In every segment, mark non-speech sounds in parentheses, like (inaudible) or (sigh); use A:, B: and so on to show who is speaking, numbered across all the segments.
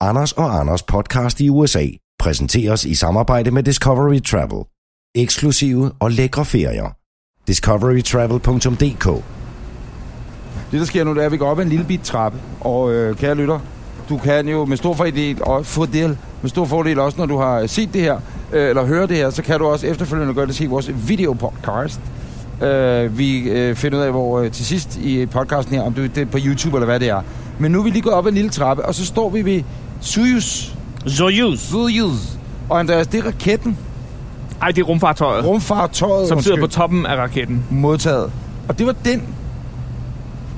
A: Anders og Anders podcast i USA præsenteres i samarbejde med Discovery Travel. Eksklusive og lækre ferier. discoverytravel.dk
B: Det, der sker nu, det er, at vi går op ad en lille bit trappe. Og øh, kære lytter, du kan jo med stor fordel, og fordel, med stor fordel også, når du har set det her, øh, eller hører det her, så kan du også efterfølgende gøre det se vores videopodcast. Øh, vi øh, finder ud af, hvor øh, til sidst i podcasten her, om du, det er på YouTube eller hvad det er. Men nu er vi lige gået op ad en lille trappe, og så står vi ved Soyuz.
C: Soyuz.
B: Soyuz. Og Andreas, det er raketten,
C: Ej, det er rumfartøjet, Rum,
B: rumfartøjet,
C: som sidder på
B: undskyld,
C: toppen af raketten.
B: modtaget. Og det var den,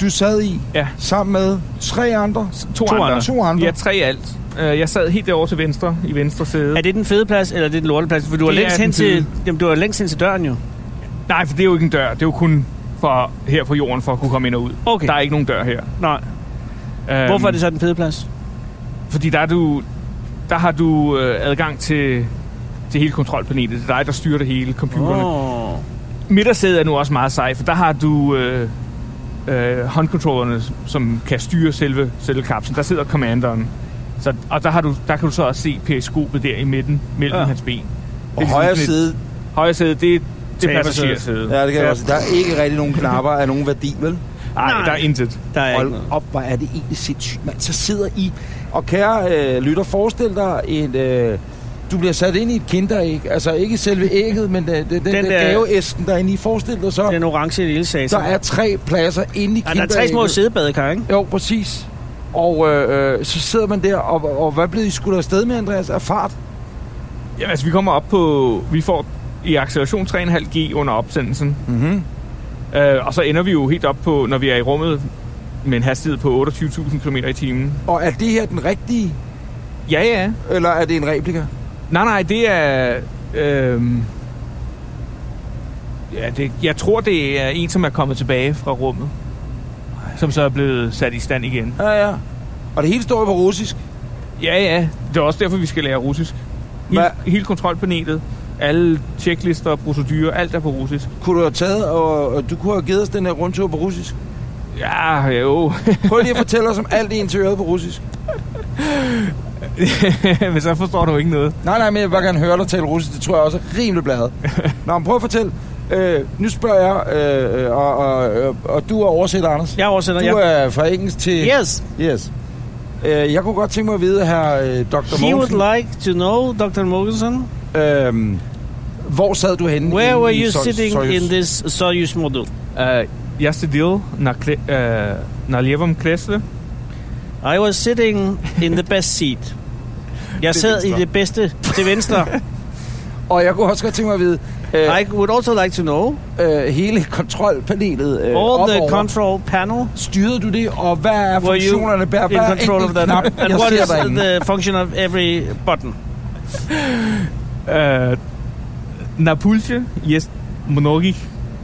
B: du sad i
C: Ja,
B: sammen med tre andre.
C: to,
B: To
C: andre.
B: andre. To andre.
C: Ja, tre i alt. Øh, Jeg sad helt derovre til venstre, i venstre sæde.
D: Er det den fede plads, eller er det den lorteplads? For du var
C: Det er
D: længst hen
C: den fede.
D: til, jamen, du var længst hen til døren jo.
C: Nej, for det er jo ikke en dør. Det er jo kun for her på jorden, for at kunne komme ind og ud.
D: Okay.
C: Der er ikke nogen dør her.
D: Nej.
C: Øhm,
D: Hvorfor er det så den fede plads?
C: Fordi der, er du, der har du øh, adgang til, til hele kontrolpanelet. Det er dig, der styrer det hele, computerne. Oh.
D: Oh.
C: Midtersædet er nu også meget sej, for der har du øh, øh, håndkontrollerne, som kan styre selve, selve kapslen. Der sidder commanderen. Så, og der, har du, der kan du så også se periskopet der i midten, mellem
D: Ja.
C: ja. hans ben.
B: På
C: ligesom
B: højre
C: sådan et-
B: side,
C: Højre sæde, det er det er
D: Tabersædet.
C: passagersædet.
B: ja, det kan jeg også. Der er ikke rigtig nogen knapper af nogen værdi, vel?
C: Nej, der er intet.
D: Der er ikke
B: Hold
D: noget.
B: op, hvor er det egentlig sindssygt, mand. Så sidder I... Og kære øh, lytter, forestil dig en... Øh, du bliver sat ind i et kinderæg. Altså ikke selve ægget, men øh, den, den, den der,
D: der-
B: gaveæsken derinde i. Forestil dig så,
D: Den orange lille sag.
B: der er tre pladser inde i
D: der er
B: kinderægget.
D: tre små sædebadekar, ikke?
B: Jo, præcis. Og øh, øh, så sidder man der, og, og hvad blev I skudt afsted med, Andreas? Af fart?
C: Jamen, altså, vi kommer op på... Vi får i acceleration 3,5G under opsendelsen.
D: Mhm.
B: Mm-hmm.
C: Øh, og så ender vi jo helt op på, når vi er i rummet, med en hastighed på 28.000 km i timen.
B: Og er det her den rigtige,
C: Ja, ja.
B: eller er det en replika?
C: Nej, nej, det er... Øhm, ja, det, jeg tror, det er en, som er kommet tilbage fra rummet. Som så er blevet sat i stand igen.
B: Ja, ja. Og det hele står jo på russisk.
C: Ja, ja. Det er også derfor, vi skal lære russisk. Hele,
B: Hva-
C: hele kontrolpanelet, alle checklister og procedurer, alt er på russisk.
B: Kunne du have taget, og, og du kunne have givet os den her rundtur på russisk.
C: Ja, jo. (laughs)
B: Prøv lige at fortælle os om alt det interiøret på russisk.
C: Men så forstår du ikke noget.
B: Nej, nej, men jeg vil bare gerne høre dig tale russisk. Det tror jeg også er rimelig bladet. Nå, men prøv at fortælle. Øh, nu spørger jeg, øh, øh, og, og, og, og du er oversætter, Anders.
D: Jeg oversætter,
B: Du
D: ja.
B: er fra engelsk til...
D: Yes.
B: Yes. Øh, jeg kunne godt tænke mig at vide, her øh, Dr.
D: He would
B: Mogensen,
D: like to know, Dr. Mogensen,
B: øh, hvor sad du henne?
D: where
B: i-
D: were
B: i
D: you
B: Soy-
D: sitting
B: Soyuz? Øh,
D: in this Soyuz module?
C: Uh, jeg sidder na, kre, uh, na levom kresle.
D: I was sitting in the best seat. Jeg
B: Til
D: sad i
B: venstre. Øh.
D: det bedste til
B: (laughs)
D: venstre.
B: Og jeg kunne også godt tænke mig at vide, øh,
D: I would also like to know
B: øh, hele kontrolpanelet øh,
D: all
B: op
D: the
B: over.
D: control panel.
B: Styrede du det, og hvad er
D: Were you
B: funktionerne? Hvad
D: in
B: er
D: control of
B: enkelt
D: that?
B: knap,
D: And
B: jeg
D: what
B: ser
D: is
B: derinde?
D: the function of every button?
C: Uh, na pulje, yes, mnogi.
D: Uh,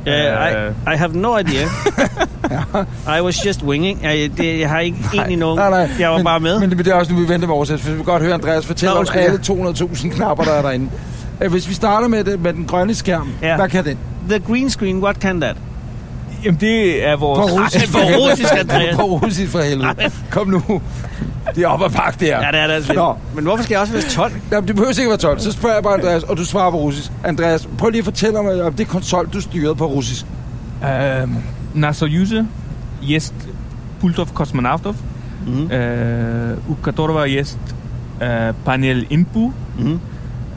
C: Øh,
D: I, I have
B: (laughs)
D: no idea. I was just winging. Jeg, det, jeg har ikke egentlig nogen.
B: nej, nej,
D: jeg var bare med.
B: Men det men det er også nu, vi venter med oversæt, for vi vil godt høre Andreas fortælle
D: Nå,
B: om
D: undskyld, ja.
B: alle 200.000 knapper, der er derinde. Øh, Hvis vi starter med, det, med den grønne skærm,
D: Ja.
B: hvad kan den?
D: The green screen, what can that?
C: Jamen, det er vores...
B: På russisk.
D: Ej, på russisk,
B: (laughs)
D: Andreas.
B: På russisk for helvede.
D: Ej.
B: Kom nu. Det er op og pakke, det her.
D: Ja, det er det altså lidt.
B: Nå.
D: Men hvorfor skal jeg også være 12?
B: Jamen, det behøver ikke at være 12. Så spørger jeg bare Andreas, og du svarer på russisk. Andreas, prøv lige at fortælle mig om det konsol, du styrede på russisk.
C: Øhm, na Союзе есть пультов космонавтов,
D: Mhm.
C: э, у которого есть э, панель инпу.
D: Mhm.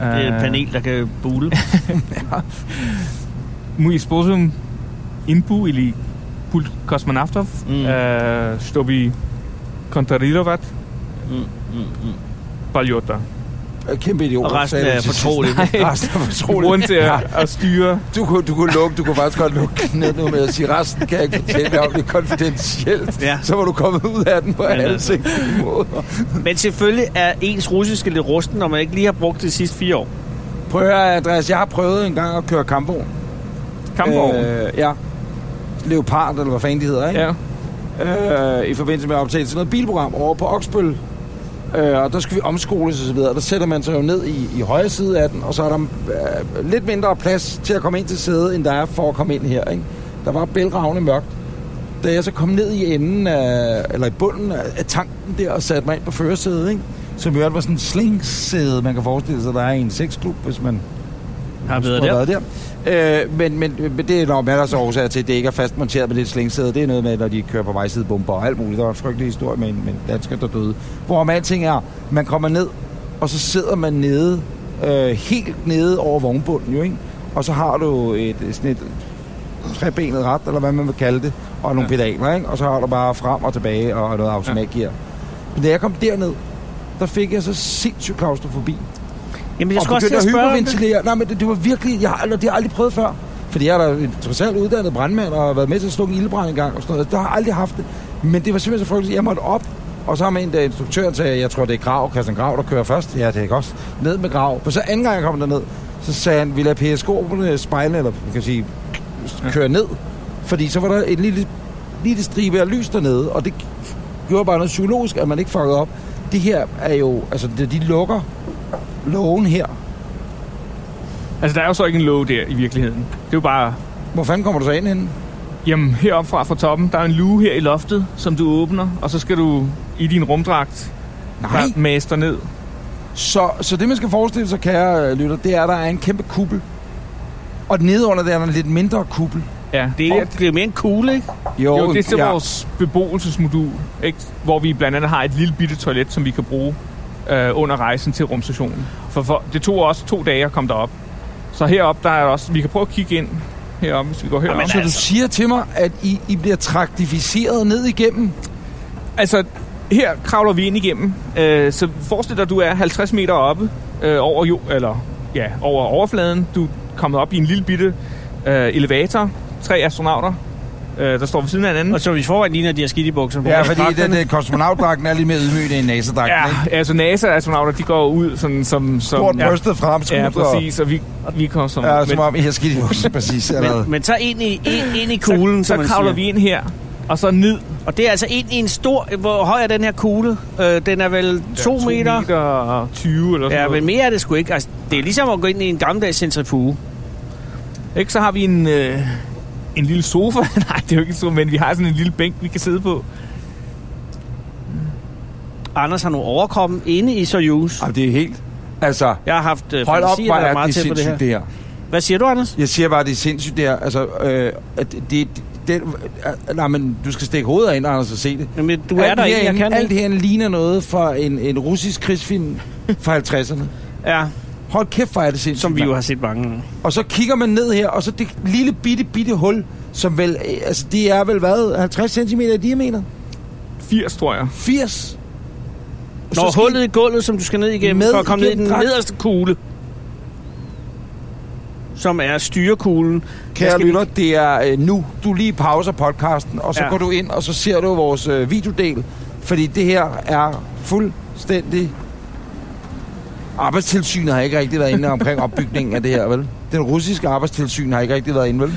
D: Det er et panel, der kan
B: (laughs)
D: bule.
C: Мы используем инпу или пульт космонавтов,
D: Мгм.
C: э, чтобы контролировать
D: Mhm,
C: полета.
B: Øh, Kæmpe idiot.
D: Og resten
B: sagde du
D: er
B: til sidst.
D: fortroligt.
B: (laughs) Resten er
C: Grund
B: fortroligt.
C: til
D: (laughs)
C: at, at styre.
B: Du kunne, du kunne lukke, du kunne faktisk godt lukke ned nu med at sige, resten kan jeg ikke fortælle jer om, det er konfidentielt.
D: Ja.
B: Så var du kommet ud af den på
D: Men
B: alle
D: altså.
B: tænkelige måder.
D: Men selvfølgelig er ens russiske lidt rusten, når man ikke lige har brugt det de sidste fire år.
B: Prøv at høre, Andreas, jeg har prøvet en gang at køre kampvogn.
C: Kampvogn.
B: Øh, ja. Leopard, eller hvad fanden de hedder, ikke?
C: ja.
B: Ja. Øh, I forbindelse med optagelse af noget bilprogram over på Oksbøl. Øh, og der skal vi omskoles og så videre. Der sætter man sig jo ned i, i højre side af den, og så er der øh, lidt mindre plads til at komme ind til sædet, end der er for at komme ind her, ikke? Der var bælragende mørkt. Da jeg så kom ned i enden af, eller i bunden af, af tanken der og satte mig ind på førersædet, ikke? som i øvrigt var sådan en slingsæde, man kan forestille sig, der er i en sexklub, hvis man
D: Har
B: skulle
D: været
B: have
D: der.
B: været der. Øh, men, men, men det er nok masser af årsager til, at det ikke er fastmonteret med det slingsæde. Det er noget med, når de kører på vejsidebomber og alt muligt. Der var en frygtelig historie med en, med en dansker, der døde. Hvorom alting er, man kommer ned, og så sidder man nede, øh, helt nede over vognbunden jo, ikke? Og så har du et, sådan et trebenet ret, eller hvad man vil kalde det, og nogle
C: Ja.
B: ja. pedaler, ikke? Og så har du bare frem og tilbage og noget automatgear. Men da jeg kom derned, der fik jeg så sindssygt klaustrofobi.
D: Jamen, jeg
B: Jeg
D: skulle
B: og
D: også til
B: begyndte
D: at
B: at
D: spørge om det.
B: hyperventilere. Nej, men det, det var virkelig... Jeg har, aldrig- det har jeg aldrig prøvet før. Fordi jeg er da trods alt uddannet brandmand og har været med til at slukke en ildebrand engang og sådan noget. Der har jeg aldrig haft det. Men det var simpelthen så frygteligt. Jeg måtte op, og så har man en der instruktøren sagde, jeg tror det er Grav, Christian Grav, der kører først. Ja, det er ikke også. Ned med Grav. Men så anden gang jeg kom derned, så sagde han, vi lader PSK'erne spejle, eller man kan sige, køre ned. Fordi så var der et lille, lille stribe af lys dernede, og det gjorde bare noget psykologisk, at man ikke fuckede op. Det her er jo, altså det- de lukker lågen her,
C: Altså, der er jo så ikke en låge der i virkeligheden. Det er jo bare...
B: Hvor fanden kommer du så ind henne?
C: Jamen, heroppe fra fra toppen, der er en luge her i loftet, som du åbner, og så skal du i din rumdragt
B: Nej.
C: der master ned.
B: Så, så det, man skal forestille sig, kære øh, lytter, det er, at der er en kæmpe kuppel. Og nede under der er der en lidt mindre kuppel.
C: Ja,
D: Det er, det er mere en kugle, ikke?
C: Jo, det er så
B: ja.
C: vores beboelsesmodul, ikke? hvor vi blandt andet har et lille bitte toilet, som vi kan bruge øh, under rejsen til rumstationen. For, for det tog også to dage at komme derop. Så herop der er også... Vi kan prøve at kigge ind herop, hvis vi går herop.
B: Så du
D: altså.
B: siger til mig, at I, I bliver traktificeret ned igennem?
C: Altså, her kravler vi ind igennem. Øh, så forestil dig, at du er 50 meter oppe øh, over, jo, eller, ja, over overfladen. Du er kommet op i en lille bitte øh, elevator. Tre astronauter, øh, der står ved siden af hinanden.
D: Og så vi forvejen ligner, at de har skidt i bukserne.
B: Ja, fordi det, det, kosmonautdragten er lige mere ydmyg end nasedragten, ikke?
C: Ja, altså NASA-astronauter, de går ud sådan som... som
B: Stort
C: ja,
B: brystet frem,
C: ja,
B: og-
C: præcis, og vi, vi kommer som...
B: Ja, som om I har skidt i bussen, præcis. Eller hvad?
D: Men, men så ind i, ind, ind i kuglen,
C: så,
D: som
C: så
D: man
C: kravler
D: siger.
C: vi ind her, og så ned.
D: Og det er altså ind i en stor... Hvor høj er den her kugle? Øh, den er vel to,
C: Ja,
D: meter.
C: meter og 20 eller sådan
D: Ja,
C: noget.
D: men mere er det sgu ikke. Altså, det er ligesom at gå ind i en gammeldags centrifuge.
C: Ikke, så har vi en, øh, en lille sofa. (laughs) Nej, det er jo ikke en sofa, men vi har sådan en lille bænk, vi kan sidde på.
D: Anders har nu overkommen inde i Soyuz.
B: Jamen, det er helt... Altså,
D: Jeg har haft øh,
B: hold op,
D: fantasier,
B: hvor
D: der er
B: er
D: meget
B: det
D: tæt på det
B: sindssygt,
D: her.
B: det her.
D: Hvad siger du, Anders?
B: Jeg siger bare, det er sindssygt der. Altså, øh, at det, det, det, nej, men du skal stikke hovedet ind, Anders, og se det.
D: Jamen, du er der ikke, jeg
B: herinde,
D: kan
B: alt
D: ikke.
B: herinde ligner noget fra en, en russisk krigsfilm fra 50'erne.
D: Ja,
B: Hold kæft, hvor er det sindssygt.
D: som vi
B: mand.
D: jo har set mange. gange.
B: Og så kigger man ned her, og så det lille bitte, bitte hul, som vel, øh, altså det er vel hvad, 50 cm i diameter?
C: 80, tror jeg.
B: 80? Så
D: Når
B: skal
D: hullet i gulvet, som du skal ned igennem,
B: Med
D: for at komme ned i
B: igennem
D: den
B: dragt.
D: nederste kugle, som er styrekuglen.
B: Kære
D: Jeg skal-
B: lytter, det er øh, nu. Du lige pauser podcasten, og så
D: Ja.
B: ja. går du ind, og så ser du vores øh, videodel. Fordi det her er fuldstændig... Arbejdstilsynet har ikke rigtig været inde omkring opbygningen af det her, vel? Den russiske arbejdstilsyn har ikke rigtig været inde, vel?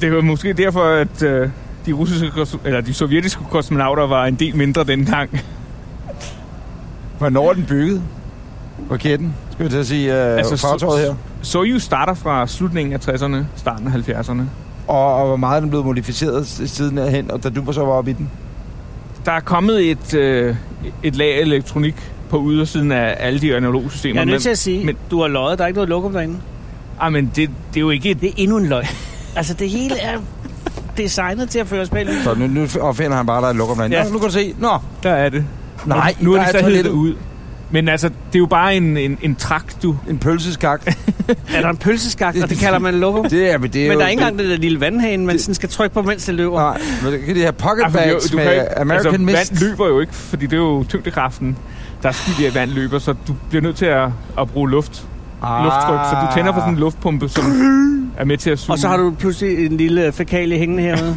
C: Det var måske derfor, at øh, de russiske, kos- eller de sovjetiske kosmonauter var en del mindre dengang.
B: Hvornår er den bygget? Raketten, skal vi til at sige, øh,
C: Altså,
B: altså,
C: så-
B: fartøjet her.
C: Soyuz starter fra slutningen af 60'erne, starten af 70'erne.
B: Og, og hvor meget er den blevet modificeret s- siden hen, og da du var så var oppe i den?
C: Der er kommet et, øh, et lag elektronik på ydersiden af alle de analoge systemer.
D: Jeg er nødt til
C: men,
D: at sige,
C: men-
D: men, du har løjet. Der er ikke noget lokum derinde.
C: ah, men det, det er jo ikke et...
D: Det er endnu en løgn. altså, det hele er designet til at føre os bag lyset.
B: Så nu, nu opfinder han bare, der er lukker derinde.
D: Ja.
B: Ja. Nå, nu kan du se. Nå,
C: Der er det.
B: nej,
C: nu, nu
B: der
C: er det så
B: toilettet.
C: hævet ud. Men altså, det er jo bare en, en, en trak, du...
B: En pølseskak. (laughs)
D: Er der en pølseskak, og det kalder man lokum?
B: Det er, men det er
D: Men
B: jo,
D: der er ikke engang den der lille vandhane, man sådan skal trykke på, mens det løber.
B: Nej, men det kan de her pocket
C: fordi
B: bags med American
C: altså,
B: Mist.
C: Vand løber jo ikke, fordi det er jo tyngdekraften, der er skyld i, at vand løber, så du bliver nødt til at, at bruge luft, ah. lufttryk. Så du tænder på sådan en
D: (gasps)
C: luftpumpe, som er med til at suge.
D: Og så har du pludselig en lille fækalie hængende herude.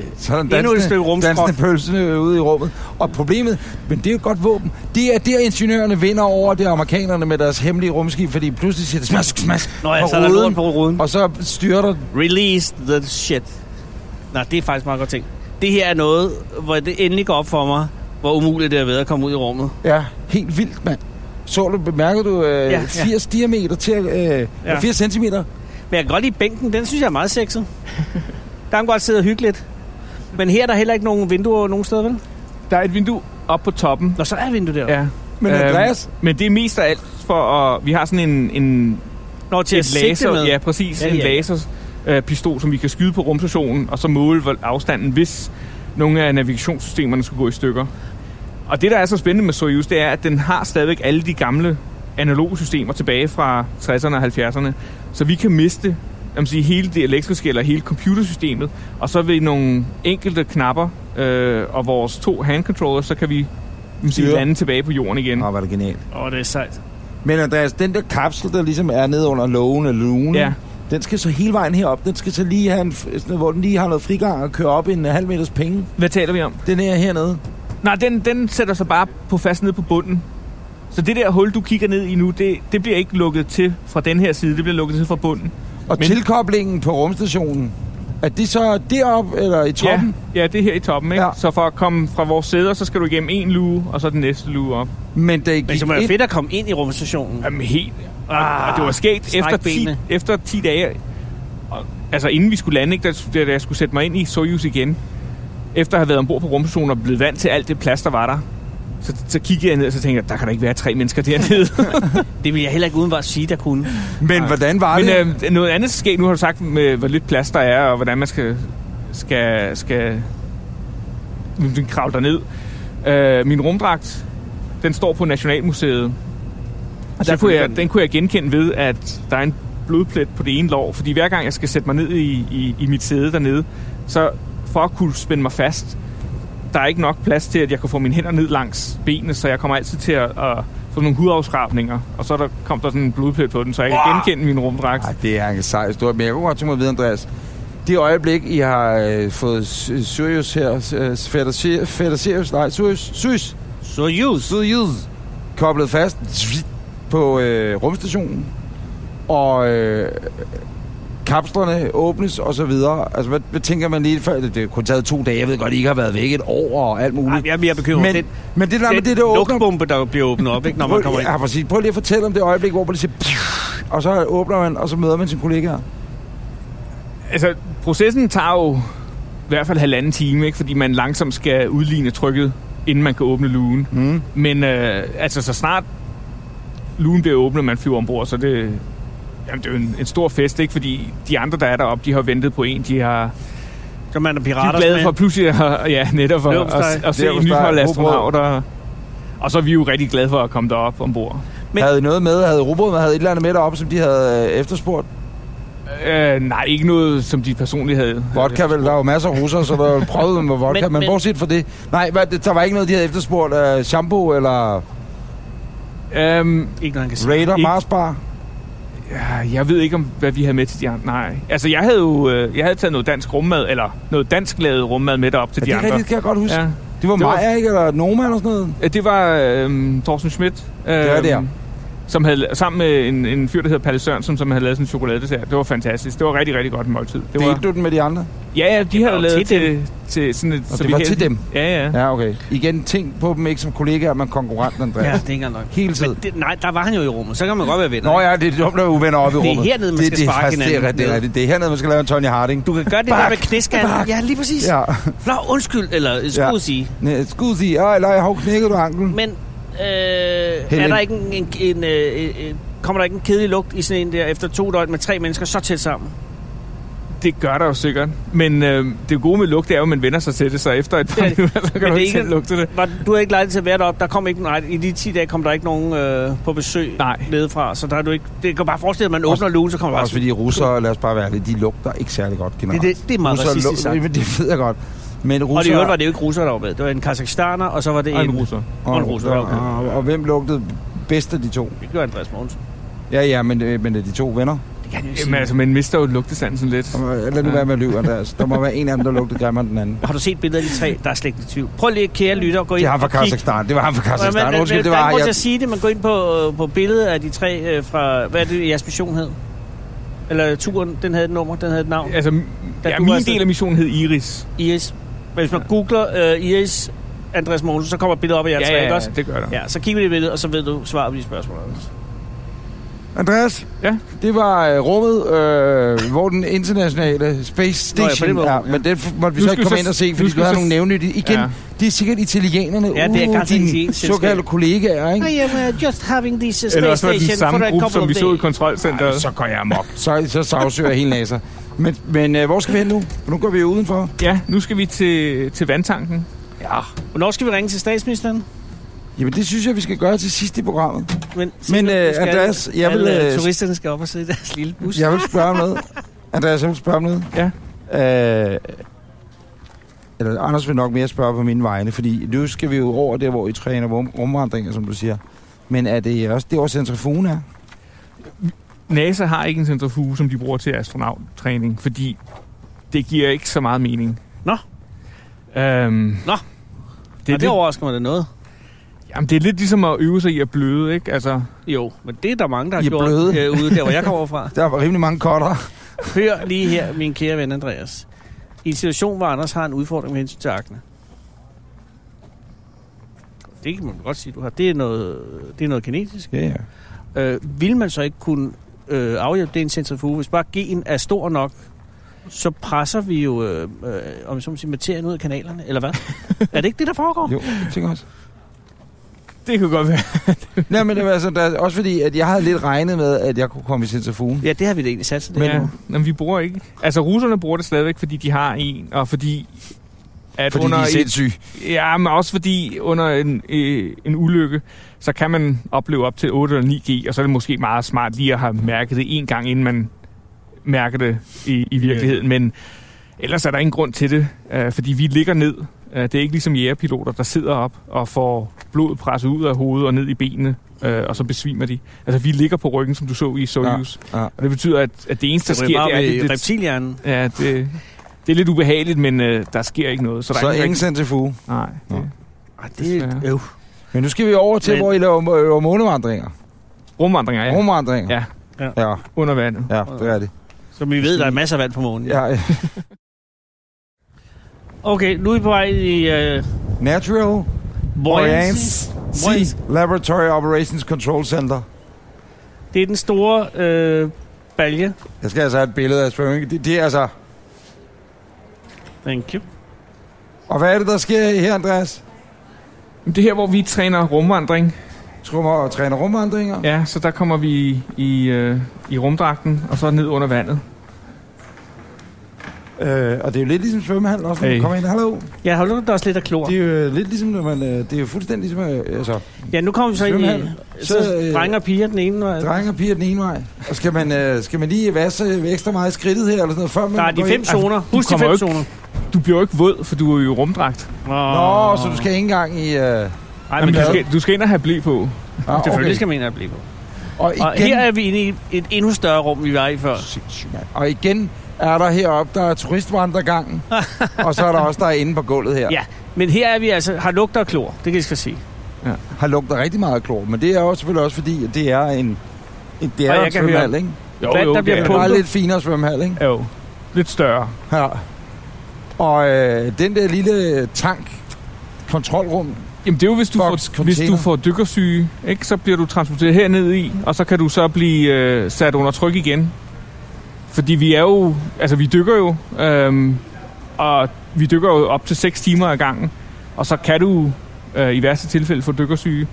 B: (laughs) Sådan
D: Endnu et stykke rumskrot.
B: dansende pølse ude i rummet. Og problemet, men det er jo et godt våben, det er der ingeniørerne vinder over det er amerikanerne med deres hemmelige rumskib, fordi pludselig siger det smask, smask
D: Nå ja,
B: på
D: så er der lort
B: ruden,
D: på ruden.
B: og så styrter
D: Release the shit. Nå, det er faktisk meget godt ting. Det her er noget, hvor det endelig går op for mig, hvor umuligt det har været at komme ud i rummet.
B: Ja, helt vildt, mand. Så du, bemærkede du øh,
D: Ja,
B: ja,
D: ja.
B: 80 ja. diameter til, øh,
D: Ja.
B: ja. 80 centimeter?
D: Men jeg kan godt lide bænken, den synes jeg er meget sexet. Der kan man godt sidde og hygge lidt. Men her er der heller ikke nogen vinduer nogen steder, vel?
C: Der er et vindue op på toppen.
D: Nå, så er vinduet der.
C: Ja.
B: Men Andreas?
C: Men det er mest af alt for at... Vi har sådan en, en
D: Når til at
C: et
D: sigte
C: laser,
D: med.
C: ja, præcis,
D: Ja,
C: ja, en
D: ja, ja.
C: laser øh, pistol, som vi kan skyde på rumstationen, og så måle hvor- afstanden, hvis nogle af navigationssystemerne skulle gå i stykker. Og det, der er så spændende med Soyuz, det er, at den har stadigvæk alle de gamle analoge systemer tilbage fra 60'erne og 70'erne, så vi kan miste jeg vil sige, hele det elektriske eller hele computersystemet, og så ved nogle enkelte knapper øh, og vores to handcontrollers, så kan vi jeg vil sige,
B: Styre.
C: lande tilbage på jorden igen.
B: Åh, oh, var det genialt.
D: Åh, oh, det er sejt.
B: Men Andreas, den der kapsel, der ligesom er nede under lågen eller lugen,
C: Ja.
B: den skal så hele vejen herop. Den skal så lige have en, f- sådan noget, hvor den lige har noget frigang og køre op en halv meters penge.
C: Hvad taler vi om?
B: Den her hernede.
C: Nej, den, den sætter sig bare på fast ned på bunden. Så det der hul, du kigger ned i nu, det, det bliver ikke lukket til fra den her side. Det bliver lukket til fra bunden.
B: Og Men...
C: Men-
B: tilkoblingen på rumstationen, er det så deroppe eller i toppen?
C: Ja, ja det er her i toppen, ikke?
B: Ja.
C: Ja. Så for at komme fra vores sæder, så skal du igennem en luge, og så den næste luge op.
B: Men da I gik
D: Men så må det
B: ind-
D: være fedt at komme ind i rumstationen.
C: Jamen helt... Ah, og det var skægt.
D: stræk
C: Efter 10,
D: benene.
C: efter 10 dage, og, altså inden vi skulle lande, ikke, da, da jeg skulle sætte mig ind i Soyuz igen, efter at have været ombord på rumstationen og blevet vant til alt det plads, der var der, så, så kiggede jeg ned, og så tænkte jeg, der kan der ikke være tre mennesker dernede. (laughs)
D: Det vil jeg heller ikke udenbart sige, der kunne.
B: Men hvordan var det?
C: Men øh, noget andet sker, nu har du sagt, med, hvor lidt plads der er, og hvordan man skal, skal, skal den kravle derned. Øh, min rumdragt, den står på Nationalmuseet. Og der kunne jeg, den kunne jeg genkende ved, at der er en blodplet på det ene lår. Fordi hver gang jeg skal sætte mig ned i, i, i mit sæde dernede, så for at kunne spænde mig fast, der er ikke nok plads til, at jeg kan få mine hænder ned langs benene, så jeg kommer altid til at, at få nogle hudafskrabninger. Og så er der, kom der sådan en blodplet på den, så jeg kan genkende min rumdragt.
B: Ej, det er en sej historie, men jeg kunne godt tænke mig at vide, Andreas. Det øjeblik, I har øh, fået S- Sirius her, øh, fætter Si- fætter Sirius, nej, Sirius, Sys,
D: Så use.
B: Sirius, koblet fast på øh, rumstationen, og øh, kapslerne åbnes og så videre. Altså, hvad, hvad tænker man lige før? Det, det kunne taget to dage, jeg ved godt, I ikke har været væk et år og alt muligt.
D: Ej, jeg er mere bekymret.
B: men,
D: den,
B: men det der med
D: den
B: det, der åbner...
D: lugtbombe, der bliver åbnet op, ikke, når man kommer ind.
B: Ja, præcis. Prøv lige at fortælle om det øjeblik, hvor man lige siger... Og så åbner man, og så møder man sine kollegaer.
C: Altså, processen tager jo i hvert fald halvanden time, ikke? fordi man langsomt skal udligne trykket, inden man kan åbne lugen.
B: Mm.
C: Men øh, altså, så snart lugen bliver åbnet, og man flyver ombord, så er det, jamen, det er jo en, en stor fest, ikke? fordi de andre, der er deroppe, de har ventet på en, de har
D: Så man er
C: de er
D: pirater.
C: glade for
D: med.
C: pludselig at, (laughs) ja, netop for at,
D: Leverpostej.
C: at, at se en
B: Leverpostej,
C: nyholdt
B: rugbrød.
C: astronaut. Og, og så er vi jo rigtig glade for at komme derop ombord.
D: Men-
B: Men... Havde I noget med? Havde roboten havde et eller andet med deroppe, som de havde øh, efterspurgt?
C: Øh, nej, ikke noget, som de personligt havde.
B: Vodka, vel? Der er jo masser af russere, så der prøvede med vodka. Men,
D: Men-
B: men,
D: men-
B: bortset fra det... Nej, hvad, det- der var ikke noget, de havde efterspurgt. Øh, shampoo eller
C: Øhm,
D: Ikke noget, han kan sige.
B: Raider,
C: Ikke-
B: Marsbar?
C: Ja, Øh, Jeg ved ikke, om hvad vi havde med til de andre. Nej. Altså, jeg havde jo øh, jeg havde taget noget dansk rummad, eller noget dansk lavet rummad med derop til
B: Ja,
C: de
B: det er
C: andre.
B: rigtigt, kan jeg godt huske. Ja.
C: Ja.
B: Det var
C: Det var-
B: Maja, ikke? Eller Noma eller sådan noget.
C: Øh, Det var øh, Thorsten Schmidt. Øh,
B: var det, ja.
C: Som havde, sammen med en, en fyr, der hedder Palle Sørensen, som havde lavet sådan en chokoladedessert. Det var fantastisk. Det var rigtig, rigtig godt måltid. Det var,
B: Delte du den med de andre?
C: ja, ja, de
D: var
C: havde
D: jo
C: lavet
D: til
C: til,
D: dem.
C: til, til sådan et...
B: det var
C: havde-
B: til dem?
C: Ja, ja.
B: Ja, okay. Igen, tænk på dem ikke som kollegaer, men konkurrenter,
D: Ja,
B: Andreas.
D: det er ikke engang løgn.
B: Hele tiden.
D: Det, nej, der var han jo i rummet. Så kan man godt være venner.
B: Nå ja, det er dumt, at uvenner op i
D: Det er
B: rummet.
D: hernede, man skal
B: det,
D: sparke
B: faktisk- det, er
D: hinanden
B: rigtigt, det, er
D: ned.
B: rigtigt. det er hernede, man skal lave en Tony Harding.
D: Du kan gøre det
B: Bak!
D: der med knæskanden.
B: Bak!
D: Ja, lige præcis.
B: Ja.
D: Nå, undskyld, eller øh, skulle
B: Ja.
D: ja. sige.
B: Næ, Skud sige, ej, nej, hov, knækkede du anklen?
D: Men øh, er
B: Henning.
D: der ikke en, en, en, øh, øh, kommer der ikke en kedelig lugt i sådan en der efter to døgn med tre mennesker så tæt sammen?
C: Det gør der jo sikkert. Men øh, det gode med lugt, det er jo, at man vender sig til det, så efter et par
D: Det er det.
C: minutter, så
D: Men
C: kan du
D: det er
C: ikke
D: ikke-
C: selv lugte det.
D: Var, du har ikke lejlighed til at være deroppe. Der kom ikke, nej, I de 10 dage kom der ikke nogen øh, på besøg
C: Nej.
D: nedefra. Så der er du ikke, det kan bare forestille dig, at man
B: Også-
D: åbner lugen, så kommer der
B: Også fordi russere, lad os bare være det, de lugter ikke særlig godt generelt.
D: Det, det, det er meget
B: Russere
D: racistisk
B: lugter-
D: sagt.
B: Men det ved jeg godt. Men russere...
D: Og det øvrigt var det jo ikke russer, der var med. Det var en kazakhstaner, og så var det
C: Og
D: en,
C: en russer.
D: Og en russer, ja, okay.
B: og, og, hvem lugtede bedst af de to?
D: Det gjorde Andreas Mogensen.
B: Ja, ja, men, øh, men er de to venner? øh,
D: Det kan jeg jo ikke
C: Jamen,
D: sige.
C: altså, man mister jo lugtesansen lidt.
B: Lad nu
C: Ja.
B: være med at lyve, Andreas. Der må være en af dem, der lugtede grimmere end den anden.
D: Har du set billedet af de tre? Der er slet ikke tvivl. Prøv lige, kære lytter, at gå ind
B: Det har fra
D: og kigge.
B: Kazakhstan. Det var ham fra
D: Men,
B: Kazakhstan.
D: men,
B: Undskyld,
D: men,
B: det
D: der er
B: var...
D: ikke grund til
B: Jeg,
D: at sige det, men gå ind på, øh, på billedet af de tre øh, fra, hvad er det, jeres mission hed? Eller turen, den havde et nummer, den havde et navn.
C: Altså,
D: Da
C: ja,
D: du var
C: min
D: afsted-
C: del af missionen hed Iris.
D: Iris. Men hvis man googler øh, Iris Andreas Mogensen, så kommer billedet op af jer tre, ikke også?
C: det gør der.
D: Ja, så kigger vi i billedet, og så ved du svaret på de spørgsmål. Anders.
B: Andreas?
C: Ja?
B: Det var øh, rummet, øh, hvor den internationale Space
D: Nå ja, på
B: Station
D: den måde,
B: er. Men det f- måtte vi
C: Nu
B: så
C: skal
B: ikke
C: vi
B: komme
C: så-
B: ind og se,
C: nu
B: fordi du
C: skal vi
B: havde
C: så-
B: nogle nævne. Igen,
C: Ja.
B: det er sikkert italienerne.
D: Ja, det er
B: Uh,
D: garanteret
B: dine
D: italiensk selskab.
B: såkaldte kollegaer, ikke?
D: I am uh, just having this uh,
C: Eller
D: space
C: også var det
D: station
C: den
D: for
C: samme
D: a
C: gruppe,
D: couple
C: som
D: of
C: vi så i
D: days.
C: kontrolcenteret.
B: Så går jeg amok. Så, så sagsøger jeg hele NASA. Men, men øh, hvor skal vi hen nu? Nu går vi jo udenfor.
C: Ja, nu skal vi til, til vandtanken.
B: Ja.
D: Hvornår skal vi ringe til statsministeren?
B: Jamen, det synes jeg, vi skal gøre til sidst i programmet.
D: Men,
B: Men,
D: nu
B: øh,
D: skal
B: Andreas, jeg
D: alle,
B: vil,
D: øh,
B: øh,
D: turisterne skal op og sidde i deres lille bus.
B: Jeg vil spørge om noget. Andreas, jeg vil spørge om noget.
C: Ja.
B: Øh, eller Anders vil nok mere spørge på mine vegne, fordi nu skal vi jo over der, hvor I træner rum- rumvandringer, som du siger. Men er det også det, hvor centrifugen er?
C: NASA har ikke en centrifuge, som de bruger til astronauttræning, fordi det giver ikke så meget mening.
D: Nå.
C: Øhm,
D: Nå.
C: Det er,
D: Og det
C: det,
D: overrasker mig da noget.
C: jamen, det er lidt ligesom at øve sig i at bløde, ikke? Altså,
D: Jo, men det er der mange, der har
B: I er
D: gjort
B: bløde.
D: øh, ude der, hvor jeg kommer fra.
B: Der var rimelig mange kotter.
D: Hør lige her, min kære ven Andreas. I en situation, hvor Anders har en udfordring med hensyn til akne. Det kan man godt sige, du har. Det er noget, det er noget genetisk.
B: Ja, ja.
D: Øh, vil man så ikke kunne øh, afhjælpe det i en centrifuge? Hvis bare gen er stor nok, så presser vi jo, øh, øh, om jeg så må sige, materien ud af kanalerne, eller hvad? er det ikke det, der foregår?
B: Jo, tænker også.
C: det kan godt være.
B: Nej, men det var altså, der, også fordi, at jeg havde lidt regnet med, at jeg kunne komme i centrifugen.
D: Ja, det har vi da egentlig sat til.
B: Men-
D: Men...
C: ja, men vi bruger ikke... Altså, russerne bruger det stadigvæk, fordi de har en, og fordi... At
B: Fordi de
C: under
B: er
C: et-
B: sindssyge.
C: Ja, men også fordi under en, øh, en ulykke, så kan man opleve op til 8 eller 9G, og så er det måske meget smart lige at have mærket det en gang, inden man mærker det i, i virkeligheden. Men ellers er der ingen grund til det, øh, fordi vi ligger ned. Øh, det er ikke ligesom jægerpiloter, der sidder op og får blodet presset ud af hovedet og ned i benene, øh, og så besvimer de. Altså, vi ligger på ryggen, som du så i Soyuz.
B: Ja, ja.
C: Og det betyder, at, at det eneste,
D: Så
C: der
D: det er
C: sker,
D: bare
C: det er...
D: ved
C: Det, det,
D: reptilhjernen.
C: ja, det, det er lidt ubehageligt, men øh, der sker ikke noget. Så, der
B: Så
C: er ikke
B: ingen centrifuge.
C: Nej,
B: Nå.
C: det,
D: Ej, det er
C: Desværre.
D: øv.
B: Men nu skal vi over til,
D: Men-
B: hvor I laver øh, månevandringer.
C: Rumvandringer, ja. Rum...
B: Rumvandringer.
C: Ja.
D: Ja.
B: ja.
C: Under vandet.
B: Ja, det er det.
D: Som vi ved, der er masser af vand på morgenen.
B: Ja, ja.
D: Okay, nu er vi på vej i øh,
B: Natural
D: Buoyancy.
B: Buoyance Sea Laboratory Operations Control Center.
D: Det er den store øh, balje.
B: Jeg skal altså have et billede af svømning. Det, det er altså...
D: Thank you.
B: Og hvad er det, der sker her, Andreas?
C: Men Det er her, hvor vi træner rumvandring.
B: Trummer og træner rumvandringer?
C: Ja, så der kommer vi i, øh, i rumdragten, og så ned under vandet.
B: Øh, og det er jo lidt ligesom svømmehal også, når hey. man
C: Hey.
B: kommer ind. Hallo.
D: Ja, hold nu, der er også lidt af klor.
B: Det er jo øh, lidt ligesom, når man... Øh, det er jo fuldstændig ligesom... Øh, altså,
D: Ja, nu kommer vi så ind i...
B: Svømmehallen.
D: Så,
B: Så, øh,
D: så drenge og piger den ene vej.
B: drenge og piger den ene vej. Og skal man, øh, skal man lige vasse ekstra meget i skridtet her, eller sådan noget, før man
D: Der er de
B: går
D: fem
B: ind? Altså-
D: zoner. Husk de
C: kommer
D: fem
C: jo
D: zoner.
C: Du bliver jo ikke våd, for du er jo i rumdragt.
B: Nå, så du skal ikke engang i... Øh,
C: Ej, men du
B: hvad?
C: skal, du skal ind og have blæ på.
B: ah,
D: Selvfølgelig skal man ind og blive på.
B: Og
D: Og
B: igen,
D: her er vi inde i et endnu større rum, vi var i før.
B: Sindssygt, mand. Og igen er der heroppe, der er
D: (laughs)
B: turistvandregangen, og så er der også der er inde på gulvet her.
D: Ja, men her er vi altså, har lugter af klor, det kan jeg skal sige.
B: Har lugter rigtig meget af klor, men det er jo selvfølgelig også fordi, at det er en, en det er
D: Og
B: jo
D: jeg
B: en
D: kan
B: svømmehal, ikke?
D: Vand, der bliver
C: det er
B: Det
D: på.
B: er
C: det.
B: bare lidt finere svømmehal, ikke?
C: Jo, lidt større.
B: Ja. Og øh, den der lille tank, kontrolrum,
C: Jamen det er jo, hvis du,
B: Box
C: får, hvis
B: container.
C: du får dykkersyge, ikke? så bliver du transporteret herned i, og så kan du så blive øh, sat under tryk igen. Fordi vi er jo, altså vi dykker jo, øhm, og vi dykker jo op til 6 timer ad gangen, og så kan du øh, i værste tilfælde få dykkersyge,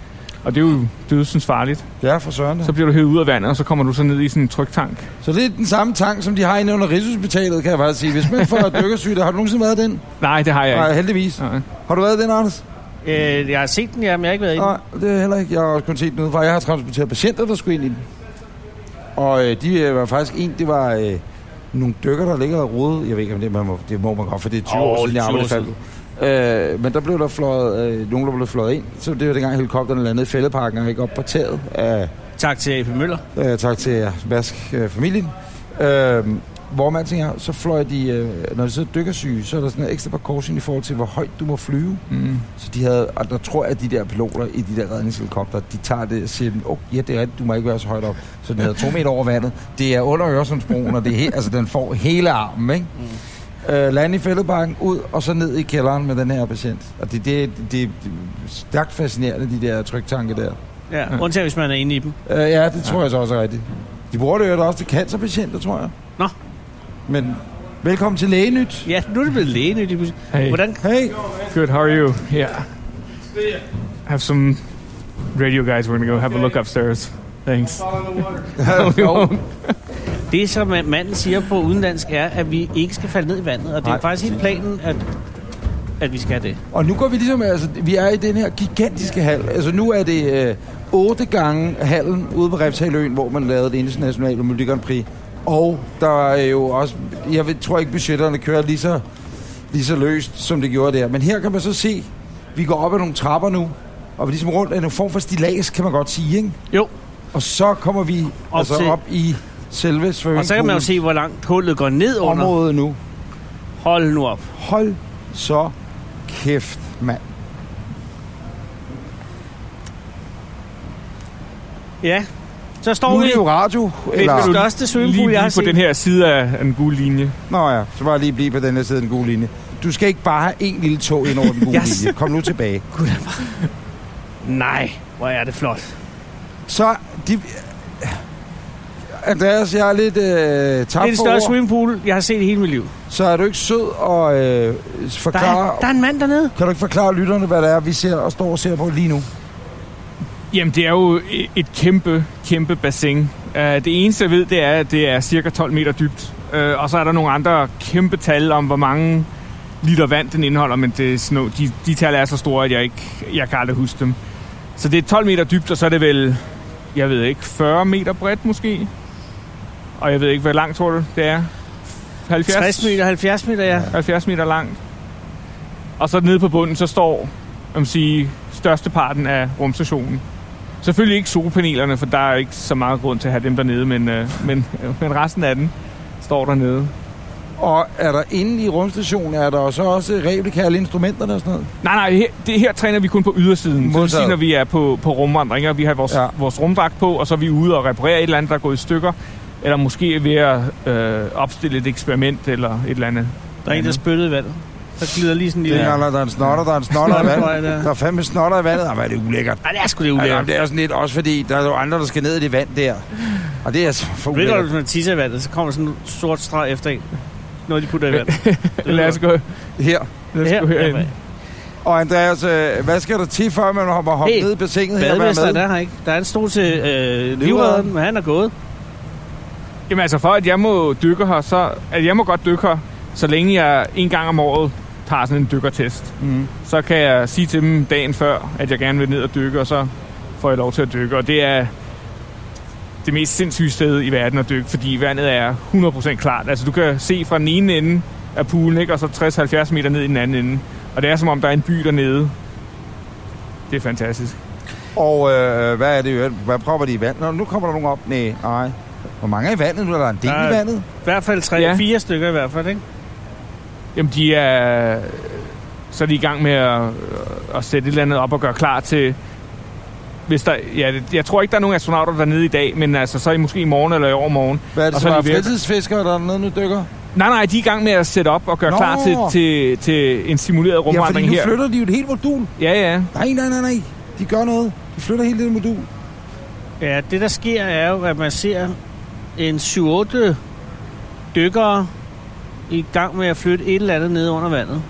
C: og det er jo dødsens farligt.
B: ja, for søren. da.
C: Så bliver du hævet ud af vandet, og så kommer du så ned i sådan en tryktank.
B: Så det er den samme tank, som de har inde under Rigshospitalet, kan jeg faktisk sige. Hvis man
D: (laughs)
B: får dykkersyge, der har du nogensinde været i den?
C: Nej, det har jeg
B: Nej,
C: ikke.
B: heldigvis.
C: Nej.
B: Har du været i den, Anders?
D: Øh, jeg har set den, ja, men jeg har ikke været inde.
B: Nej, det er heller ikke. Jeg har også kun set den udefra. Jeg har transporteret patienter, der skulle ind i den. Og øh, de øh, var faktisk en, det var øh, nogle dykker, der ligger og rode. Jeg ved ikke, om det, man må, det må man godt, for det er 20 oh, år
D: Åh,
B: siden, jeg
D: 20
B: arbejdede
D: år
B: faldet. Øh, men der blev der fløjet, øh, nogen, der blev fløjet ind. Så det var dengang helikopterne landede i fældeparken og ikke op på taget. Af,
D: Tak til AP Møller.
B: øh, tak til jer, Vask øh, familien. Øh, hvor man tænker, så fløj de, øh, når de så dykkersyge, så er der sådan en ekstra precaution i forhold til, hvor højt du må flyve.
C: Mm.
B: Så de havde, og der tror jeg, at de der piloter i de der redningshelikopter, de tager det og siger, dem, oh, ja, det er rigtigt, du må ikke være så højt op. Så den hedder to meter over vandet. Det er under Øresundsbroen, og det er he- altså, den får hele armen, ikke? Mm. Øh, lande i fældeparken, ud og så ned i kælderen med den her patient. Og det, det, det, det er stærkt fascinerende, de der tryktanke der.
D: Ja, undtagen hvis man er inde i dem.
B: Øh, ja, det tror jeg så også er rigtigt. De bruger det jo også til cancerpatienter, tror jeg.
D: Nå.
B: Men velkommen til Lægenyt.
D: Ja, nu er det blevet lægenyt. lige pludselig.
C: Hey.
D: Hvordan,
B: Hey, (laughs)
C: Good, how are you? Yeah. Have some radio guys. We're gonna go have a look upstairs. Thanks. We won't.
D: det, som øh, manden siger på udenlandsk, er, at vi ikke skal falde ned i vandet. Og det er
B: Nej.
D: faktisk helt planen, at, at vi skal have det.
B: og nu går vi ligesom, altså, vi er i den her gigantiske hal. Altså, nu er det øh, otte gange hallen ude på Refshaløen, hvor man lavede det internationale Melodi Grand Prix. Og der er jo også, jeg ved, tror ikke, budgetterne kører lige så, lige så løst, som det gjorde der. Men her kan man så se, vi går op ad nogle trapper nu, og vi er ligesom rundt af en form for stilas, kan man godt sige, ikke?
D: Jo,
B: Og så kommer vi op,
D: Op
B: altså,
D: til-
B: op i selve
D: og så kan man jo
B: svømmepoolen.
D: se, hvor langt hullet går ned under.
B: området nu.
D: Hold nu op.
B: Hold så kæft, mand.
D: Ja, så
B: Nu
D: står
B: er
D: vi
B: det jo radio,
D: ved den
B: eller...
D: største
C: Lige,
D: svømmepool, jeg
C: lige
D: har
C: på
D: set.
C: den her side af en gul linje.
B: Nå ja, så bare lige blive på den her side af den gule linje. Du skal ikke bare have en lille tog ind over den gule
D: (laughs) Yes.
B: linje. Kom nu tilbage.
D: Nej, hvor er det flot.
B: Så, de... Andreas, jeg er lidt øh,
D: Det er
B: tabt
D: det
B: for
D: største
B: ord.
D: swimmingpool, jeg har set i hele mit liv.
B: Så er du ikke sød og øh,
D: Der
B: forklare...
D: er, der er en mand dernede.
B: Kan du ikke forklare lytterne, hvad det er, vi ser og står og ser på lige nu?
C: Jamen, det er jo e- et kæmpe, kæmpe bassin. Uh, det eneste, jeg ved, det er, at det er cirka 12 meter dybt. Uh, og så er der nogle andre kæmpe tal om, hvor mange liter vand den indeholder, men det er sådan, noget- de, de tal er så store, at jeg, ikke, jeg kan aldrig huske dem. Så det er 12 meter dybt, og så er det vel, jeg ved ikke, 40 meter bredt måske. Og jeg ved ikke, hvor langt tror du, det er? 70?
D: 60 meter, 70 meter, ja.
C: 70 meter langt. Og så nede på bunden, så står om sige, størsteparten af rumstationen. Selvfølgelig ikke solpanelerne, for der er ikke så meget grund til at have dem dernede, men, øh, men, øh, men resten af den står dernede.
B: Og er der inde i rumstationen, er der så også replika af alle instrumenterne og sådan noget?
C: Nej, nej, her, det, her træner vi kun på ydersiden. Så det vil sige,
B: Modtaget.
C: når vi er på, på rumvandringer, vi har vores,
B: Ja.
C: ja. vores rumdragt på, og så er vi ude og reparere et eller andet, der er gået i stykker. Eller måske er ved at øh, opstille et eksperiment eller et eller andet.
D: Der er en, der spyttede i vandet. Så glider lige sådan
B: Det er
D: lige...
B: ikke
D: Ja.
B: engang, der er en snotter, der er en snotter i vandet.
D: Ja.
B: Der er fandme snotter i vandet. Jamen, er det ulækkert.
D: Ej, det er sgu det
B: ulækkert.
D: ulækkert.
B: det er jo sådan lidt også fordi, der er jo andre, der skal ned i det vand der. Og det er altså for
D: Ved du, godt,
B: ulækkert.
D: hvis man tisser i vandet, så kommer der sådan en sort streg efter en, når de putter i
B: (laughs)
D: vandet. Det ved
C: Lad os
D: du
C: gå,
B: Her.
C: lad os
D: godt.
C: gå herind.
D: Her,
B: Og Andreas, øh, hvad skal der til, før man hopper hoppe
D: Hey,
B: ned i bassinet her? Hvad er
D: Bademesteren
B: med?
D: er her ikke. Der er en stol til øh, livredderen, men han er gået.
C: Jamen altså, for at jeg må dykke her, så... At jeg må godt dykke her, så længe jeg en gang om året tager sådan en dykkertest.
B: Mm.
C: Så kan jeg sige til dem dagen før, at jeg gerne vil ned og dykke, og så får jeg lov til at dykke. Og det er det mest sindssyge sted i verden at dykke, fordi vandet er 100% klart. Altså, du kan se fra den ene ende af poolen, ikke? og så 60-70 meter ned i den anden ende. Og det er som om, der er en by dernede. Det er fantastisk.
B: Og øh, hvad er det jo? Hvad propper de i vandet? Nå, nu kommer der nogen op. Nej, nej. Hvor mange er i vandet? Nu er der en del
D: Der er-
B: i vandet.
D: I hvert fald tre, ja.
C: Ja.
D: fire stykker i hvert fald, ikke?
C: Jamen, de er... Så er de i gang med at, at sætte et eller andet op og gøre klar til... Hvis der, ja, det- jeg tror ikke, der er nogen astronauter dernede i dag, men altså, så er I måske i morgen eller i overmorgen.
B: Hvad er det,
C: Og
B: så
C: så er
B: bare
C: de ved-
B: fritidsfiskere, der er nede nu dykker?
C: Nej, nej, de er i gang med at sætte op og gøre
B: Nå.
C: klar til, til, til en simuleret
B: Ja, fordi
C: rumvandring
B: nu
C: her.
B: flytter de jo et helt modul.
C: Ja, ja.
B: Nej, nej, nej, nej. De gør noget. De flytter hele det modul.
D: Ja, det der sker er jo, at man ser en 7-8 dykkere i gang med at flytte et eller andet ned under vandet.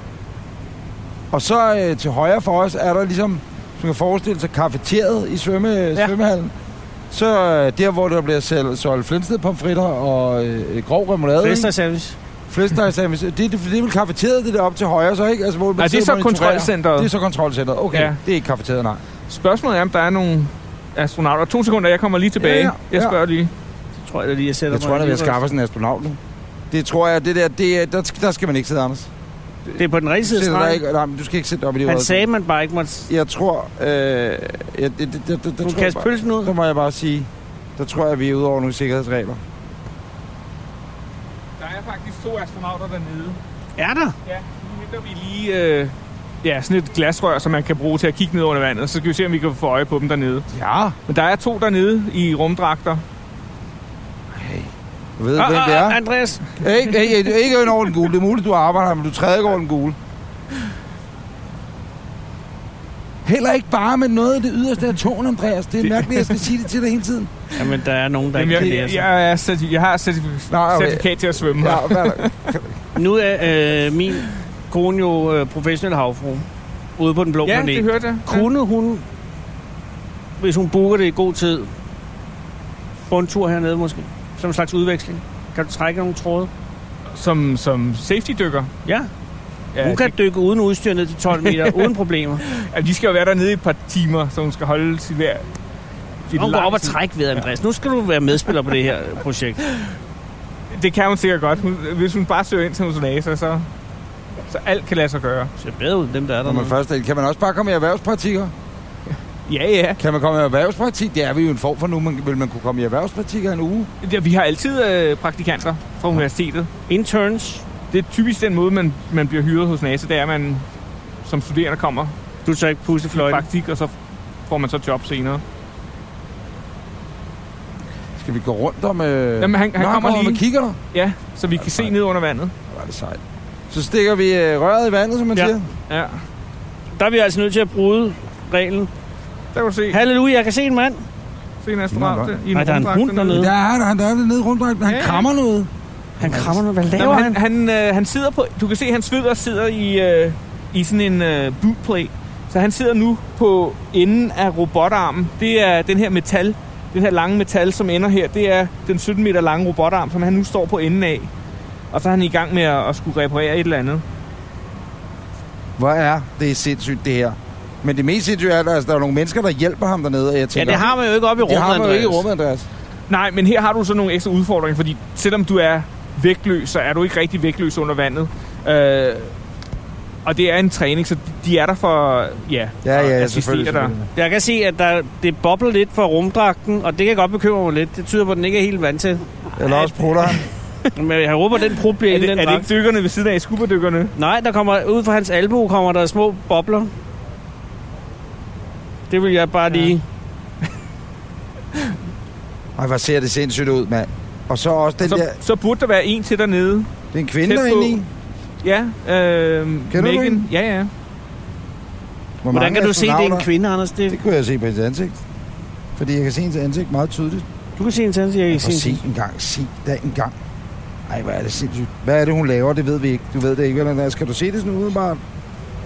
B: Og så øh, til højre for os er der ligesom, som kan forestille sig, kafeteriet i svømme, ja. svømmehallen. Så øh, der, hvor der bliver selv, solgt flinsted pomfritter og øh, grov remoulade.
D: Fester
B: ikke?
D: service.
B: Flæskestegssamis. Det, det, det er vel kafeteriet, det der op til højre, så ikke? Altså, hvor man
C: Nej, det er
B: sidder og
C: så
B: monitorerer.
C: kontrolcenteret.
B: Det er så kontrolcenteret. Okay, ja.
C: Ja.
B: det er ikke kafeteriet, nej.
C: Spørgsmålet er, om der er nogle astronauter. To sekunder, jeg kommer lige tilbage.
B: Ja, ja,
C: Jeg
B: ja.
C: spørger lige.
D: Så tror jeg da lige, jeg sætter
B: Jeg tror,
D: mig
B: der
D: i
B: vil
D: livredderen.
B: skaffe sådan en astronaut nu. Det tror jeg, det der, det, er- der, der skal man ikke sidde, Anders.
D: Det er på den rigtige
B: Du,
D: side af
B: sidder der
D: stregen.
B: ikke, nej, men du skal ikke sidde op i det
D: Han
B: røde.
D: sagde, man bare ikke måtte...
B: Jeg tror... Øh, jeg, det, det, det, det, det,
D: Du
B: tror jeg
D: kaste
B: bare,
D: pølsen ud.
B: der må jeg bare sige, der tror jeg, vi er ude over nogle sikkerhedsregler.
C: Der er faktisk to astronauter dernede.
D: Er der?
C: Ja, nu henter vi lige øh, ja, sådan et glasrør, som man kan bruge til at kigge ned under vandet. Så skal vi se, om vi kan få øje på dem dernede.
B: Ja.
C: Men der er to dernede i rumdragter.
B: Jeg ved,
D: Ah,
B: hvem
D: ah,
B: det er.
D: ah, Andreas,
B: Ikke, ikke, ikke, ikke ind over den gule. Det er muligt, du arbejder her, men du træder ikke over den gule. Heller ikke bare med noget af det yderste af tårn, Andreas. Det er
C: Det-
B: mærkeligt, at jeg skal sige det til dig hele tiden.
D: Jamen, der er nogen, der
C: Jamen,
D: ikke kan
C: jeg,
D: lære
C: jeg,
D: sig.
C: jeg, er certi- jeg har certi-
B: Nå, okay.
C: certifikat til at svømme.
B: Ja, hvad er der?
D: Nu er øh, min kone jo øh, professionel havfru ude på den blå
C: ja
D: planet.
C: det hørte jeg.
D: Kunne hun, hvis hun booker det i god tid, få en tur hernede måske? Som en slags udveksling. Kan du trække nogle tråde?
C: Som, som safety-dykker.
D: Ja,
C: Ja,
D: hun kan dykke uden udstyr ned til 12 meter, uden problemer.
C: Ja, de skal jo være dernede i et par timer, så hun skal holde sit vejr. sit
D: Hun går
C: lang
D: op og
C: tid.
D: træk ved, Andreas. Nu skal du være medspiller på det her projekt.
C: Det kan hun sikkert godt. Hun, hvis hun bare søger ind til hos NASA, så, så alt kan lade sig gøre.
D: Det ser bedre ud, end dem der er
B: Når man
D: der.
B: først er- kan man også bare komme i erhvervspraktikker?
C: Ja, ja.
B: Kan man komme i erhvervspraktik? Det er vi jo en form for nu. Man, vil man kunne komme i erhvervspraktikker en uge?
C: ja vi har altid øh, praktikanter fra universitetet.
D: Interns.
C: Det er typisk den måde, man, man bliver hyret hos NASA. Det er, at man som studerende kommer i
D: Du tager ikke pustefløjte.
C: praktik, og så får man så job senere.
B: Skal vi gå rundt om... Øh...
C: Jamen, han- han
B: Nå,
C: kommer lige.
B: og kigger der.
C: Ja, så vi kan se ned under vandet.
B: Hvor er det sejt. Så stikker vi øh, røret i vandet, som man
D: Ja.
B: siger.
C: Ja,
D: Der er vi altså nødt til at bryde reglen.
C: der kan du se,
D: Halleluja, jeg kan se en mand.
C: se en astronaut
B: Nå,
C: i en
D: Ej, der er en
C: rumdragt
D: hund dernede.
B: Der er han, han der er nede rundt, og han
C: Ja.
B: krammer noget.
D: Han krammer noget. Hvad
C: Nå,
D: laver
C: men han,
D: han?
C: han, øh, han sidder på... Du kan se, han sveder og sidder i, øh, i sådan en øh, bootplay. Så han sidder nu på enden af robotarmen. Det er den her metal, den her lange metal, som ender her. Det er den 17 meter lange robotarm, som han nu står på enden af. Og så er han i gang med at, at skulle reparere et eller andet.
B: Hvor er det sindssygt, det her. Men det mest sindssyge er, at altså, der er nogle mennesker, der hjælper ham dernede. Og jeg
D: Ja,
B: tænker,
D: det har man jo ikke oppe i rummet,
B: det har man jo ikke i
D: Andreas.
B: rummet, Andreas.
C: Nej, men her har du så nogle ekstra udfordringer, fordi selvom du er vægtløs, så er du ikke rigtig vægtløs under vandet. Øh, og det er en træning, så de er der for ja,
B: Ja,
C: at
B: ja,
C: assistere
B: selvfølgelig.
C: dig.
B: selvfølgelig.
D: Jeg kan se, at der, det bobler lidt fra rumdragten, og det kan godt bekymre mig lidt. Det tyder på, at den ikke er helt vant til.
B: Eller også prutter han.
D: Men jeg håber, den prut bliver
C: Er
D: inde i
C: det,
D: den
C: er det
D: dragt.
C: ikke dykkerne ved siden af skuberdykkerne?
D: Nej, der kommer, ud fra hans albu kommer der små bobler. Det vil jeg bare lige...
B: Ej, hvor ser det sindssygt ud, mand. Og så også den
C: Så,
B: der...
C: så burde der være en til dernede.
B: Det er en kvinde,
C: Tæt
B: der er inde
C: på.
B: i.
C: Ja, øh,
B: Kender du hende?
C: Ja, ja.
B: Hvor
D: Hvordan
B: mange
D: kan du se, det er en
B: astronauter-
D: kvinde, Anders? Det,
B: Det kunne jeg se på hendes ansigt. Fordi jeg kan se hendes ansigt meget tydeligt.
D: du kan se en tand, jeg kan
B: Og
D: ikke se
B: se
D: en
B: en gang, se der en gang. Ej, hvor er det sindssygt. Hvad er det, hun laver? Det ved vi ikke. Du ved det ikke, vel, Andreas? Skal du se det sådan udenbart?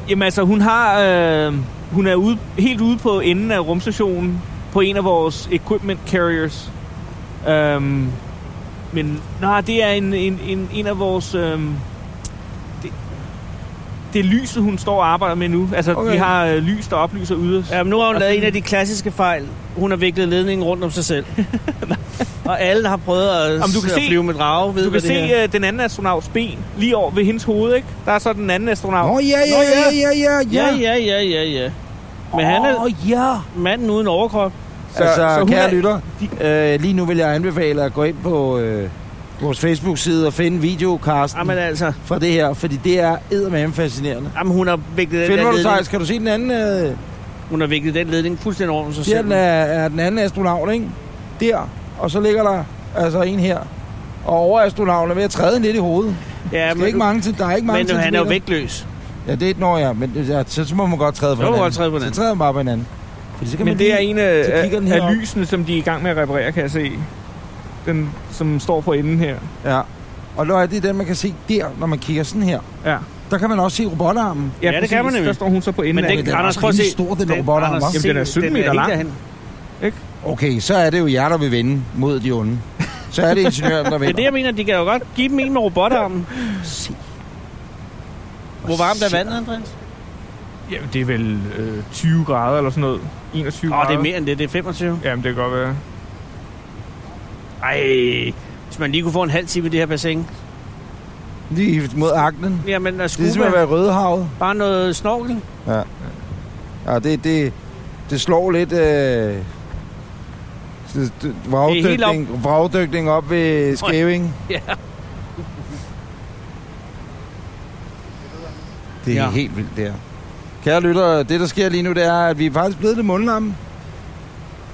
C: Jamen altså, hun har... Øh, hun er ude, helt ude på enden af rumstationen på en af vores equipment carriers. Øhm, men nej, det er en, en, en, en af vores... Øhm, det, det er lyset, hun står og arbejder med nu. Altså,
B: Okay.
C: vi har øh, lys, der oplyser yderst.
D: Ja, men nu har hun
C: Og
D: lavet
C: sådan-
D: en af de klassiske fejl. Hun har viklet ledningen rundt om sig
C: (laughs)
D: selv. og alle, der har prøvet at,
C: Om du kan
D: at
C: se-
D: flyve med drage, ved,
C: Du
D: hvad
C: kan
D: det her
C: se øh, den anden astronauts ben lige over ved hendes hoved, ikke? Der er så den anden astronaut.
B: Nå, ja, ja,
D: Nå,
B: ja,
D: ja.
B: ja, ja,
C: øh,
D: Ja,
B: ja.
D: ja, ja, ja, ja. Men han er
B: Åh, ja.
D: manden uden overkrop.
B: Så, altså,
C: så
B: så
C: hun
B: kære
C: er-
B: lytter, øh, lige nu vil jeg anbefale at gå ind på øh, vores Facebook-side og finde videokasten
D: Jamen altså,
B: fra det her, fordi det er eddermame fascinerende.
D: jamen, hun har viklet den
B: Find
D: der
B: hvor du tager,
D: ledning.
B: skal du se den anden? Øh,
D: Hun har viklet den ledning fuldstændig rundt om sig
B: her
D: selv.
B: den er, er den anden astronaut, ikke? Der. Og så ligger der altså en her. Og overastronauten er ved at træde lidt i hovedet.
D: Ja,
B: Ja, men, ikke
D: men,
B: mange, til- der er ikke mange
D: men han er jo
B: centimeter.
D: vægtløs.
B: Ja, det er et når, ja. Men ja, så, så må man godt træde på
D: Så må man
B: hinanden.
D: godt træde på hinanden.
B: Så træder man bare på hinanden. Fordi så kan
C: Men
B: man
C: det er
B: lige-
C: en af,
B: så
C: af,
B: kigger den
C: af
B: herop.
C: lysene, som de er i gang med at reparere, kan jeg se. Den, som står på enden her.
B: Ja. Og når det er den, man kan se der, når man kigger sådan her.
C: Ja,
B: Der kan man også se robotarmen.
D: Ja, det kan man nemlig.
C: Der står hun så på enden
D: Men
C: af
D: den,
B: den er
D: Anders,
B: også
D: prøv at se.
B: rimelig stor, den robotarm, hva'?
D: se,
C: Jamen, den er 17 meter
D: helt
C: lang.
D: derhen.
B: Okay, så er det jo jer, der vil vinde mod de onde. Så er det ingeniøren, der
D: (laughs) Det er det,
B: vinder.
D: jeg mener. De kan jo godt give dem en med robotarmen.
B: Se.
D: Hvor varmt er vandet, Andreas?
C: Jamen, det er vel øh, 20 grader eller sådan noget. 21
D: Åh,
C: grader.
D: det er mere end det. Det er 25.
C: Jamen, det kan godt være.
D: Ej, hvis man lige kunne få en halv time i det her bassin.
B: Lige mod aknen. Det
D: Jamen, at
B: er ligesom at
D: skue
B: være i Rødehavet.
D: bare noget snorkel.
B: Ja, det, det, det slår lidt... Øh, det- det- vragdykning, vragdykning op ved Skæving.
D: Ja.
B: Det er
D: Ja.
B: helt vildt, det her. Kære lytter, det der sker lige nu, det er, at vi er faktisk blevet lidt mundlamme.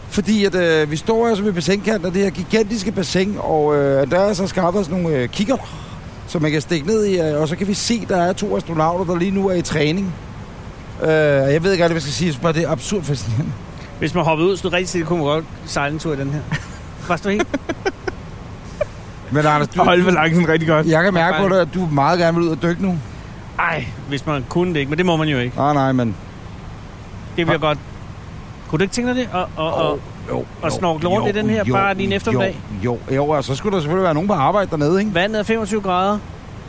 B: Fordi at, øh, vi står altså ved bassinkanten af det her gigantiske bassin, og øh, der er så skabt os nogle øh, kigger, som man kan stikke ned i, øh, og så kan vi se, at der er to astronauter, der lige nu er i træning. Øh, jeg ved ikke alt, hvad jeg skal sige. Jeg synes bare, det er absurd fascinerende.
D: Hvis man hoppede ud, stod rigtig stille, kunne man godt sejle en tur i den her. Var
B: (laughs)
D: du helt?
B: Men Anders, du,
C: Og holde balancen rigtig godt.
B: jeg kan mærke på dig, at du meget gerne vil ud og dykke nu. Ah,
D: Ej, hvis man kunne det ikke, men det må man jo ikke.
B: Nej, nej, men...
D: Det bliver godt. Kunne du ikke tænke dig det? Og, og, og,
B: jo,
D: og snorkle rundt i den her bare lige en eftermiddag?
B: Jo, jo, jo, og så skulle der selvfølgelig være nogen på arbejde dernede, ikke?
D: vandet er 25 grader.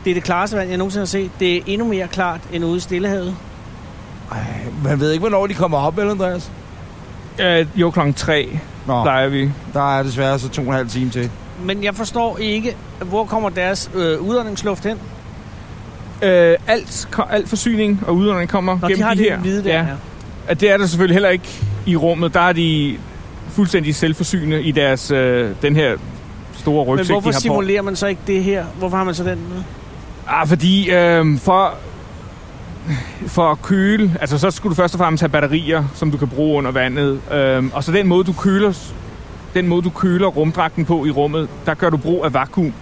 D: Det er det klareste vand, jeg nogensinde har set. Det er endnu mere klart end ude i Stillehavet.
B: Man ved ikke, hvornår de kommer op, vel, Andreas?
C: Øh, jo, klokken tre
B: Nå, nej.
C: plejer vi.
B: der er desværre så to og en halv time til.
D: Men jeg forstår ikke, hvor kommer deres øh, udåndingsluft hen?
C: Øh, alt, ko- alt forsyning og udånding kommer
D: Når
C: gennem
D: de har
C: de
D: det
C: her.
D: hvide der.
C: ja. At det er der selvfølgelig heller ikke i rummet. Der er de fuldstændig selvforsynende i deres, øh, den her store
D: Men
C: rygsæk,
D: hvorfor
C: de har på.
D: simulerer man så ikke det her? Hvorfor har man så den med?
C: Ah, fordi øh, for, for at køle, altså så skulle du først og fremmest have batterier, som du kan bruge under vandet. Øh, og så den måde, du køler, den måde, du køler rumdragten på i rummet, der gør du brug af vakuum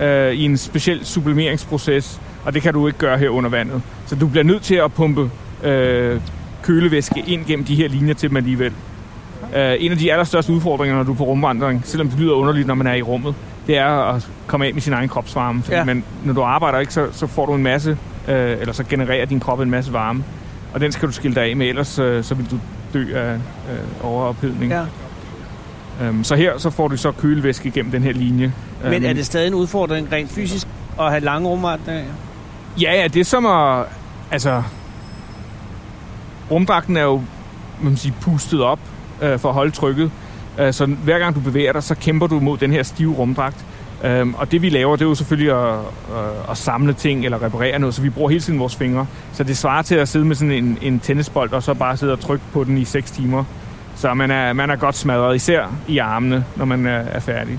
C: øh, i en speciel sublimeringsproces, og det kan du ikke gøre her under vandet. Så du bliver nødt til at pumpe øh, kølevæske ind gennem de her linjer til dem alligevel. Øh, en af de allerstørste udfordringer, når du er på rumvandring, selvom det lyder underligt, når man er i rummet, det er at komme af med sin egen kropsvarme. Fordi
D: Ja.
C: ja. man, når du arbejder ikke, så, så får du en masse, øh, eller så genererer din krop en masse varme. Og den skal du skille dig af med, ellers øh, så vil du dø af øh, overophedning.
D: Ja.
C: Øhm, så her så får du så kølevæske gennem den her linje.
D: Men
C: Øhm,
D: er det stadig en udfordring rent fysisk at have lange rumretninger?
C: Ja, ja, det er som at... Altså... Rumdragten er jo, man kan sige, pustet op øh, for at holde trykket. Øh, så hver gang du bevæger dig, så kæmper du mod den her stive rumdragt. Øh, og det vi laver, det er jo selvfølgelig at, øh, at samle ting eller reparere noget, så vi bruger hele tiden vores fingre. Så det svarer til at sidde med sådan en, en tennisbold, og så bare sidde og trykke på den i 6 timer. Så man er, man er godt smadret, især i armene, når man er, er færdig.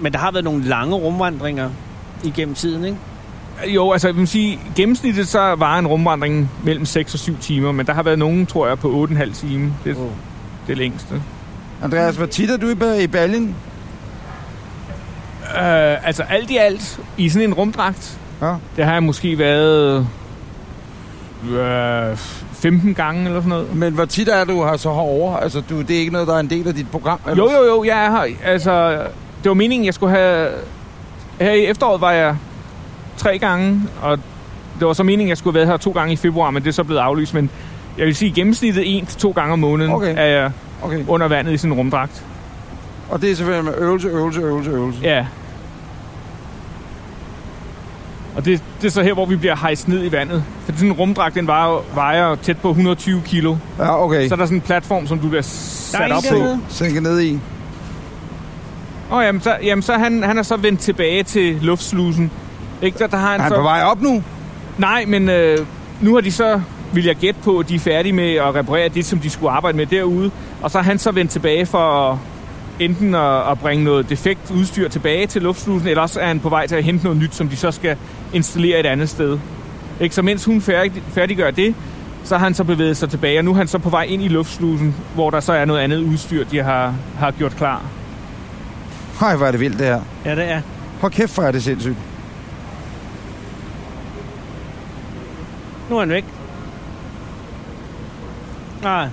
D: Men der har været nogle lange rumvandringer igennem tiden, ikke?
C: Jo, altså jeg vil sige, gennemsnittet så var en rumvandring mellem 6 og 7 timer, men der har været nogen, tror jeg, på 8,5 timer. Det,
D: Wow.
C: oh. det længste.
B: Andreas, hvor tit er du i, Ba- i Berlin?
C: Uh, altså alt i alt, i sådan en rumdragt,
B: Ja.
C: det har jeg måske været uh, 15 gange eller sådan noget.
B: Men hvor tit er du her så herovre? Altså, du, det er ikke noget, der er en del af dit program?
C: Jo, jo, jo, jeg er her. Altså, det var meningen, jeg skulle have... Her i efteråret var jeg tre gange, og det var så meningen, jeg skulle have været her to gange i februar, men det er så blevet aflyst. Men jeg vil sige, gennemsnittet en til to gange om måneden
B: Okay.
C: er jeg
B: Okay.
C: under vandet i sådan en rumdragt.
B: Og det er selvfølgelig med øvelse, øvelse, øvelse, øvelse.
C: Ja. Og det, det er så her, hvor vi bliver hejst ned i vandet. For sådan en rumdragt, den vejer, vejer tæt på 120 kilo.
B: Ja, okay.
C: Så er
B: Så
C: der sådan en platform, som du
D: Der
C: bliver sat
D: er
C: op
D: en
C: på.
D: dernede.
B: sænke ned i.
C: Åh, oh, jamen, så, jamen, så han, han er så vendt tilbage til luftslusen. Ikke, der, der har han,
B: Er han
C: så...
B: på vej op nu?
C: Nej, men øh, nu har de så, vil jeg gætte på, at de er færdige med at reparere det, som de skulle arbejde med derude. Og så er han så vendt tilbage for at- enten at, at bringe noget defekt udstyr tilbage til luftslusen, eller også er han på vej til at hente noget nyt, som de så skal installere et andet sted. Ikke? Så mens hun færdig, færdiggør det, så har han så bevæget sig tilbage, og nu er han så på vej ind i luftslusen, hvor der så er noget andet udstyr, de har, har gjort klar.
B: Hej, hvor er det vildt, det her.
D: Ja, det er.
B: Hold kæft, hvor er det sindssygt.
D: Nu er han væk. Nej,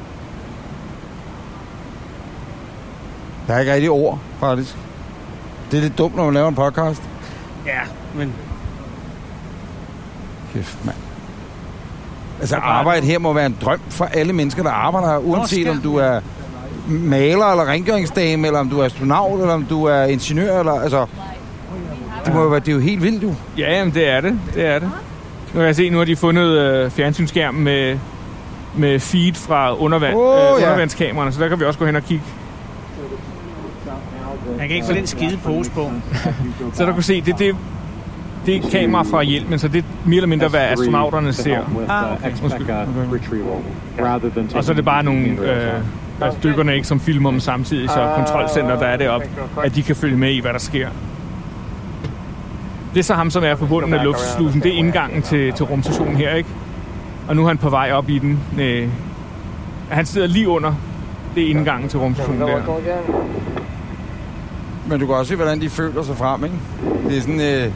B: Der er ikke rigtig ord, faktisk. Det er lidt dumt, når man laver en podcast.
D: ja, men
B: Kæft, mand. Altså, arbejde her må være en drøm for alle mennesker, der arbejder her, uanset
D: skal-
B: om du er maler eller rengøringsdame, eller om du er astronaut, eller om du er ingeniør, eller altså... Det, må jo være, det er jo helt vildt, jo.
C: Ja, jamen, det er det. Det er det. Nu kan jeg se, nu har de fundet øh, fjernsynsskærmen med, med feed fra undervand,
B: Åh,
C: øh,
B: ja.
C: undervandskameraerne, så der kan vi også gå hen og kigge.
D: han kan ikke få den skide pose på.
C: (laughs) Så der kan se, det, det, det er et kamera fra hjelmen, så det er mere eller mindre, hvad astronauterne ser.
D: Ah,
C: Og så er det bare nogle øh, altså, dykkerne, ikke, som filmer dem samtidig, så kontrolcenter, der er deroppe, at de kan følge med i, hvad der sker. Det er så ham, som er på bunden af luftslusen. Det er indgangen til, til rumstationen her, ikke? Og nu er han på vej op i den. Øh, han sidder lige under. Det er indgangen til rumstationen der.
B: Men du kan også se, hvordan de føler sig frem, ikke? Det er sådan... Øh,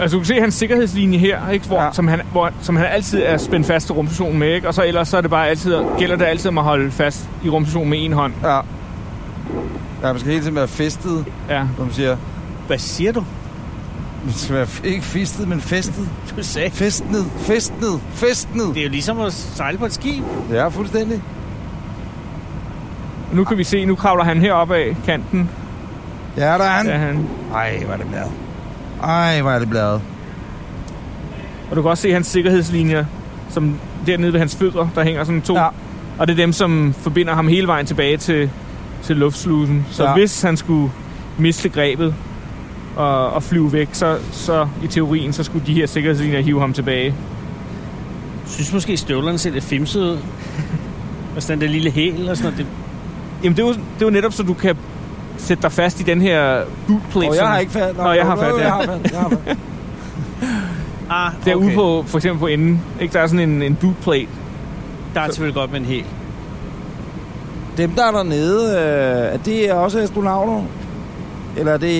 C: Altså, du kan se hans sikkerhedslinje her, ikke? Hvor, ja.
B: Ja.
C: som, han, hvor, som han altid er spændt fast til rumstationen med, ikke? Og så ellers så er det bare altid, gælder det altid om at holde fast i rumstationen med en hånd.
B: Ja. Ja, man skal hele tiden være festet,
C: Ja.
B: som man siger.
D: Hvad siger du?
B: Man skal være f- ikke fistet, men festet.
D: Du sagde...
B: Festnet, festnet, festnet.
D: Det er jo ligesom at sejle på et skib.
B: Ja, fuldstændig.
C: Nu kan vi se, nu kravler han heroppe af kanten.
B: Ja, der er han.
C: Ja, han.
B: Ej, hvor er det bladet. Ej, hvor er det bladet.
C: Og du kan også se hans sikkerhedslinjer, som dernede ved hans fødder, der hænger sådan to.
B: Ja.
C: Og det er dem, som forbinder ham hele vejen tilbage til, til luftslusen. Så ja.
B: Ja.
C: hvis han skulle miste grebet og, og flyve væk, så, så i teorien, så skulle de her sikkerhedslinjer hive ham tilbage.
D: Jeg synes måske, støvlerne ser lidt fimsede ud. Og sådan den der lille hæl og sådan noget. Det,
C: Jamen, det er, jo, det er jo netop, så du kan sætte dig fast i den her bootplate.
B: Og
C: som-
B: jeg har ikke fat.
C: Nå, jeg har fat, ja.
B: jeg har fat. Jeg har fat.
D: ah,
C: Derude på, for eksempel på enden, ikke? der er sådan en, en bootplate.
D: Der er selvfølgelig godt med en hæl.
B: Dem, der er dernede, øh, er det også astronauter? Eller er det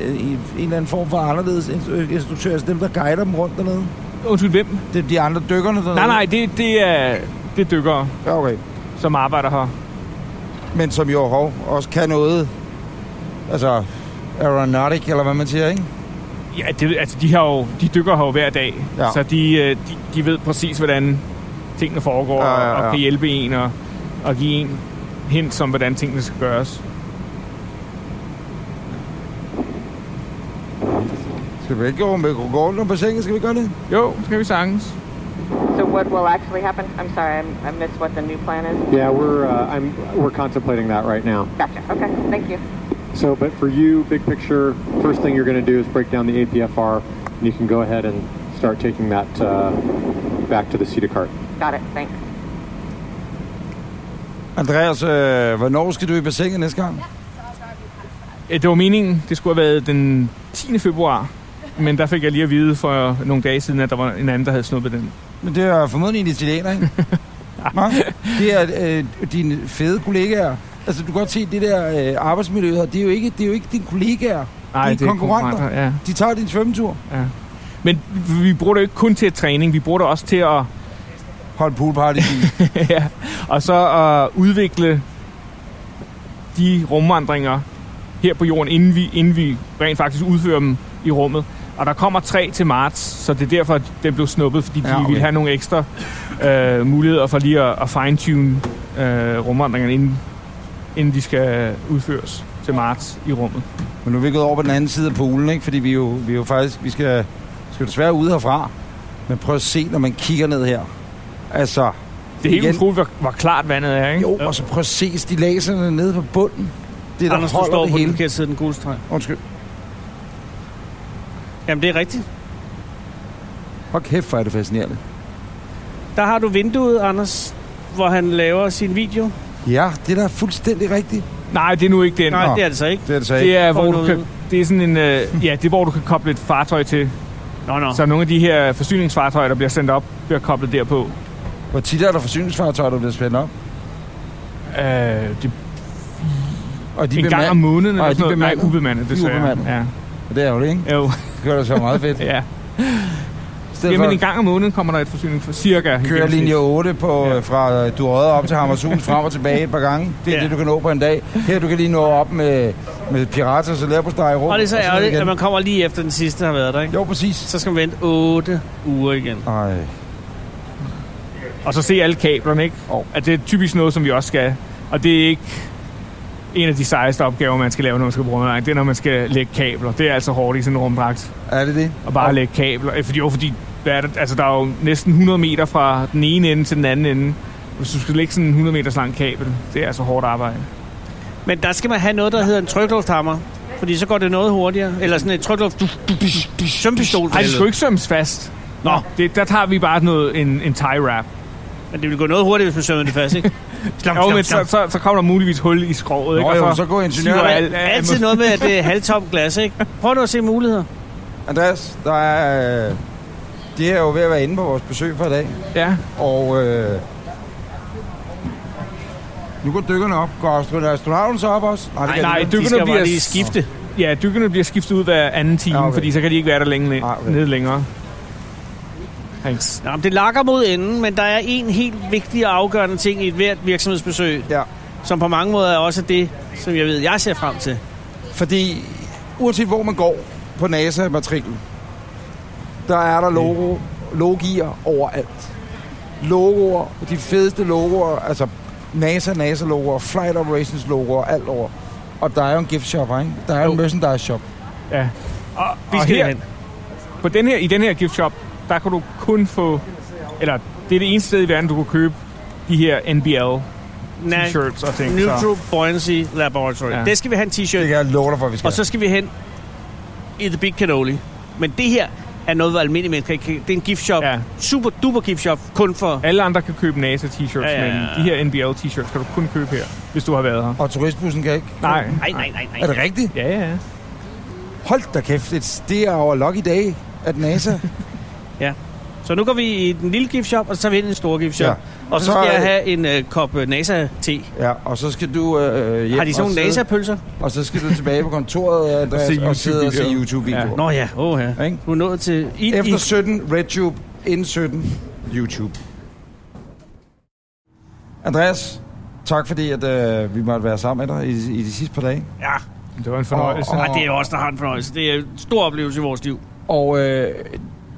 B: øh, en eller anden form for anderledes instru- instruktør? Altså dem, der guider dem rundt dernede?
C: Undskyld, hvem?
B: Det er de andre dykkerne dernede?
C: Nej, nej, det, det, er, det er dykkere,
B: Ja, okay.
C: som arbejder her.
B: Men som jo hov, også kan noget. Altså, aeronautic, eller hvad man siger, ikke?
C: Ja, det, altså, de, har jo, de dykker her jo hver dag, ja.
B: Ja.
C: så de, øh, de, de ved præcis, hvordan tingene foregår, ja, ja, ja. og kan hjælpe en og, og give en hint som, hvordan tingene skal gøres.
B: Skal vi ikke gå med Gorgon og bassinet? Skal vi gøre det?
C: Jo, skal vi sanges.
E: So what will actually happen? I'm sorry, I'm, I missed what the new plan is.
F: Yeah, we're uh, I'm we're contemplating that right now.
E: Gotcha. Okay, thank you.
F: So, but for you, big picture, first thing you're going to do is break down the APFR, and you can go ahead and start taking that uh, back to the CETA cart.
E: Got it. Thanks.
B: Andreas, øh, hvornår skal du i bassinet næste gang?
C: Øh, Det var meningen, det skulle have været den 10. februar, men der fik jeg lige at vide for nogle dage siden, at der var en anden, der havde snuppet den.
B: Men det er formodentlig en italiener, (laughs) ikke? Nå? Det er øh, dine fede kollegaer. Altså, du kan godt se, det der øh, arbejdsmiljø her, det er jo ikke, det er jo ikke dine kollegaer.
C: Nej,
B: De er konkurrenter.
C: Ja.
B: De tager din svømmetur.
C: Men vi bruger det jo ikke kun til træning, vi bruger det også til at
B: Hold poolparty. (laughs)
C: (laughs) ja. Og så at udvikle de rumvandringer her på jorden, inden vi, inden vi rent faktisk udfører dem i rummet. Og der kommer tre til marts, så det er derfor, at den blev snuppet, fordi de
B: Ja, okay.
C: ville have nogle ekstra øh, muligheder for lige at, at fine-tune øh, rumvandringerne, inden, inden de skal udføres til marts i rummet.
B: Men nu er vi gået over på den anden side af poolen, ikke? Fordi vi er jo, vi er jo faktisk, vi skal, skal jo desværre ud herfra. Men prøv at se, når man kigger ned her. Altså,
C: Det er helt
B: Igen.
C: utroligt, hvor, hvor klart vandet er, ikke?
B: jo, og så prøv at se stilaserne nede på bunden. Det, der
D: Anders, du
B: holder
D: står
B: det
D: på den
B: hele.
D: forkerte side af den gule streg.
B: Undskyld.
D: Jamen, det er rigtigt.
B: Hvor kæft, hvor er det fascinerende.
D: Der har du vinduet, Anders, hvor han laver sin video.
B: Ja, det der er fuldstændig rigtigt.
C: Nej, det er nu ikke den.
D: Nej,
B: Nå.
D: det er det så ikke.
B: Det er det så ikke.
C: Det er,
D: Får
C: hvor du
D: noget
C: kan,
D: ud.
C: det er sådan en, øh, ja, det er, hvor du kan koble et fartøj til.
D: Nå, nå.
C: Så nogle af de her forsyningsfartøjer, der bliver sendt op, bliver koblet derpå.
B: Hvor tit er der forsyningsfartøjer, der bliver spændt op?
C: Øh, det,
B: Og
C: de en gang
B: bemand-
C: om måneden.
B: Og
C: eller
B: er
C: sådan
B: de
C: noget. Nej,
B: bemandet?
C: ubemandet,
B: De er
C: desværre.
B: ubemandet.
C: Ja.
B: Det er jo det, ikke?
C: Jo,
B: Det gør det så meget fedt.
C: ja.
B: I stedet
C: Jamen,
B: for
C: en gang om måneden kommer der et forsyning for cirka. i
B: kører
C: gennemsnit.
B: linje 8 på,
C: Ja.
B: ja. fra Duodde op til Hammershus, frem og tilbage et par gange. Det er
D: Ja.
B: ja. det, du kan nå på en dag. Her du kan lige nå op med, med pirater, så lærer på dig i rum.
D: Og det er så
B: og ned
D: ærgerligt,
B: igen.
D: at man kommer lige efter den sidste har været der, ikke?
B: Jo, præcis.
D: Så skal man vente 8 uger igen.
B: Ej.
C: Og så se alle kablerne, ikke?
B: Jo.
C: At det er typisk noget, som vi også skal. Og det er ikke en af de sejeste opgaver, man skal lave, når man skal bruge rumdragt. Det er, når man skal lægge kabler. Det er altså hårdt i sådan en rumdragt.
B: Er det det?
C: Og bare lægge kabler. Eh, Fordi, jo, fordi hvad er det? Altså, der er jo næsten 100 meter fra den ene ende til den anden ende. Hvis du skal lægge sådan en 100 meters lang kabel, det er altså hårdt arbejde.
D: Men der skal man have noget, der hedder en tryklufthammer. Fordi så går det noget hurtigere. Eller sådan en trykluft... Du, du, du, du, sømpistol.
C: Nej, det skal jo ikke sømmes fast.
D: Nå,
C: Det, der tager vi bare noget, en, en tie wrap.
D: men det vil gå noget hurtigere, hvis man sømmer det fast, ikke? Slam,
C: Jo,
D: slam,
C: men så,
D: slam.
C: så, så kommer der muligvis hul i skroget, ikke?
B: Nå,
C: Og
B: jo, så går
C: stiger
B: ingeniøren.
C: alt- alt-
D: Altid noget med, at det er halvtomt glas, ikke? Prøv nu at se muligheder.
B: Andreas, der er... øh, Det er jo ved at være inde på vores besøg for i dag.
C: Ja,
B: Og øh, nu går dykkerne op. Går astronauten så op også? det
D: Nej,
B: kan de
C: nej,
B: ikke.
D: De
C: dykkerne
D: skal
C: bliver
D: bare lige
C: s-
D: skifte.
C: Ja, dykkerne bliver skiftet ud hver anden time,
B: Ja,
C: ja,
B: okay.
C: okay. fordi så kan de ikke være der længe,
B: Ah, okay.
C: nede længere. Thanks.
D: Nå, men det lakker mod enden, men der er en helt vigtig og afgørende ting i et hvert virksomhedsbesøg,
B: Ja.
D: som på mange måder er også det, som jeg ved, jeg ser frem til.
B: Fordi uanset hvor man går på NASA-matriklen, der er der logo, logier overalt. Logoer, de fedeste logoer, altså NASA, NASA-logoer, Flight Operations logoer, alt over. Og der er jo en gift shop, her, ikke? Der er jo en merchandise shop.
C: Ja. Og,
D: Vi
C: og
D: skal
C: her,
D: hen.
C: på den her, i den her gift shop, der kan du kun få... Eller, det er det eneste sted i verden, du kan købe de her NBL
D: Nej,
C: t-shirts og ting. Så.
D: Neutral Buoyancy Laboratory.
C: Ja.
D: Ja. Det skal vi have en
B: Det
D: t-shirt,
B: kan jeg love dig for, at vi skal.
D: og så skal vi hen i The Big Cannoli. Men det her er noget, hvor almindelige mennesker ikke kan. Det er en gift shop.
C: Ja.
D: Ja. Super duper gift shop, kun for...
C: Alle andre kan købe NASA-t-shirts,
D: Ja,
C: ja,
D: ja,
C: ja,
D: ja.
C: men de her NBL-t-shirts kan du kun købe her, hvis du har været her.
B: Og turistbussen kan ikke.
C: Nej.
D: Nej, nej, nej, nej.
B: Er det rigtigt?
C: Ja, ja, ja.
B: Hold da kæft, det det er over lucky day at NASA.
D: Så nu går vi i den lille gift shop, og så tager vi ind i den store gift shop. Ja. Og så,
B: Så,
D: skal jeg
B: øh,
D: have en øh, kop øh, NASA-te.
B: (laughs) ja, og så skal du øh, hjem
D: Har de sådan
B: og
D: nogle
B: sidde-
D: NASA-pølser?
B: Og så skal du tilbage på kontoret, Andreas, (laughs) og,
C: YouTube-videoer.
B: og sidde og se YouTube-videoer.
C: Ja.
D: Nå ja, åh ja.
B: Ikke?
D: Du er nået til... I,
B: Efter
D: I,
B: 17, RedTube. Inden 17, YouTube. Andreas, tak fordi at, øh, vi måtte være sammen med dig i, i de sidste par dage.
D: ja,
C: Det var en fornøjelse.
B: Og-
D: Ej, det er jo også der har en fornøjelse. Det er en stor oplevelse i vores liv.
B: Og øh,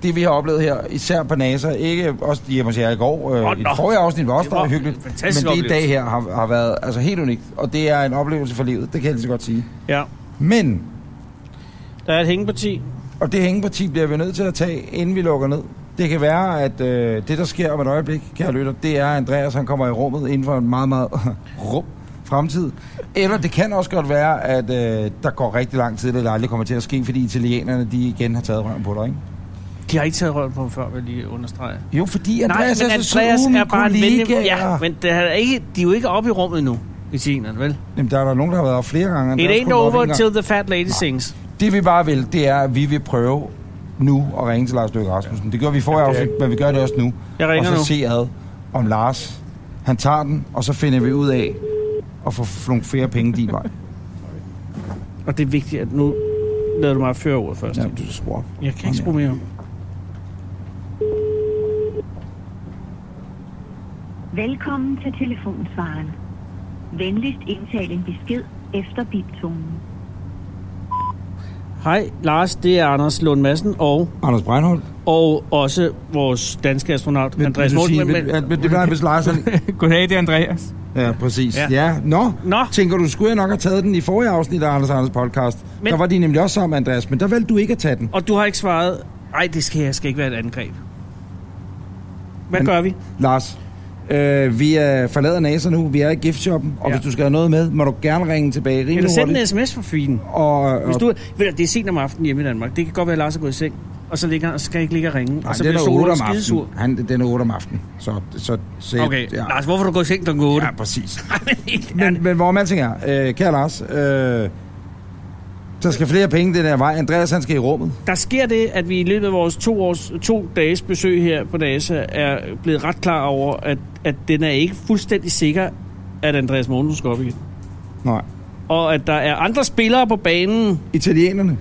B: det, vi har oplevet her, især på NASA, ikke også hjemme hos jer i går, øh,
D: Åh,
B: oh, i
D: nå.
B: forrige afsnit var også
D: Det var
B: meget hyggeligt,
D: en
B: men
D: fantastisk
B: det i
D: oplevelse.
B: dag her har, har været altså, helt unikt, og det er en oplevelse for livet, det kan jeg lige så godt sige.
D: Ja.
B: Men,
D: Der er et hængeparti.
B: og det hængeparti bliver vi nødt til at tage, inden vi lukker ned. Det kan være, at øh, det, der sker om et øjeblik, kære lytter, det er, at Andreas han kommer i rummet inden for en meget, meget (laughs) rum fremtid. Eller det kan også godt være, at øh, der går rigtig lang tid, eller det aldrig kommer til at ske, fordi italienerne de igen har taget røven på dig, ikke?
D: De har ikke taget røven på ham før, vil jeg lige understrege.
B: Jo, fordi Andreas
D: Nej,
B: er
D: men
B: så
D: Andreas
B: sød,
D: er bare en venlig...
B: kollega.
D: Ja, men det er ikke, de er jo ikke oppe i rummet nu, i sinerne, vel?
B: Jamen, der er der nogen, der har været op flere gange.
D: It
B: Andreas
D: ain't
B: kunne godt
D: over
B: ikke
D: till the fat lady sings.
B: engang- Det vi bare vil, det er, at vi vil prøve nu at ringe til Lars Løkke Rasmussen. Det gør vi i forrige afsnit, men vi gør det også nu.
D: Jeg ringer
B: og så
D: nu.
B: se ad, om Lars, han tager den, og så finder vi ud af at få f- nogle flere penge din
D: (laughs)
B: vej.
D: Og det er vigtigt, at nu lader du mig føre ordet først.
B: Jamen, du skruer op.
D: Jeg kan ikke skrue mere om.
G: Velkommen til telefonsvaren. Venligst indtal en besked efter biptonen.
D: Hej, Lars, det er Anders Lund Madsen, og,
B: Anders Breinholt.
D: og også vores danske astronaut,
B: Vil-
D: Andreas
B: vil du sige-
D: Morten.
B: vil- ja, vil- Det var, hvis Lars...
D: (laughs)
B: han-
C: Goddag, det er Andreas.
B: Ja, præcis.
D: Ja.
B: Ja, nå.
D: Nå,
B: Tænker du, skulle jeg nok have taget den i forrige afsnit af Anders Anders podcast?
D: Men-
B: Der var de nemlig også sammen, Andreas, men der valgte du ikke at tage den.
D: og du har ikke svaret. Nej, det skal, jeg skal ikke være et angreb. Hvad
B: Men-
D: gør vi?
B: Lars, øh, vi er forlader NASA nu. Vi er i giftshoppen, og ja.
D: Ja.
B: hvis du skal have noget med, må du gerne ringe tilbage rimelig
D: Eller send en
B: hurtigt.
D: sms for fiden.
B: Og, og,
D: Hvis du, ved du, det er sent om aftenen hjemme i Danmark. Det kan godt være, at Lars er gået i seng, og så ligger han, og så skal jeg ikke ligge og ringe.
B: nej,
D: og så
B: den
D: bliver
B: er 8
D: Solrød
B: om
D: skidesur.
B: aftenen. Han, den er 8 om aftenen. Så, så, så
D: Okay,
B: ja.
D: Lars, hvorfor er du gået i seng kl. 8? (laughs)
B: Ja, præcis.
D: Ja.
B: Men, men hvor man alting er, øh, kære Lars, øh, der skal flere penge den her vej. Andreas, han skal i rummet.
D: Der sker det, at vi i løbet af vores to, års, to dages besøg her på NASA er blevet ret klar over, at, at den er ikke fuldstændig sikker, at Andreas Mogensen skal op igen.
B: Nej.
D: Og at der er andre spillere på banen,
B: Italienerne.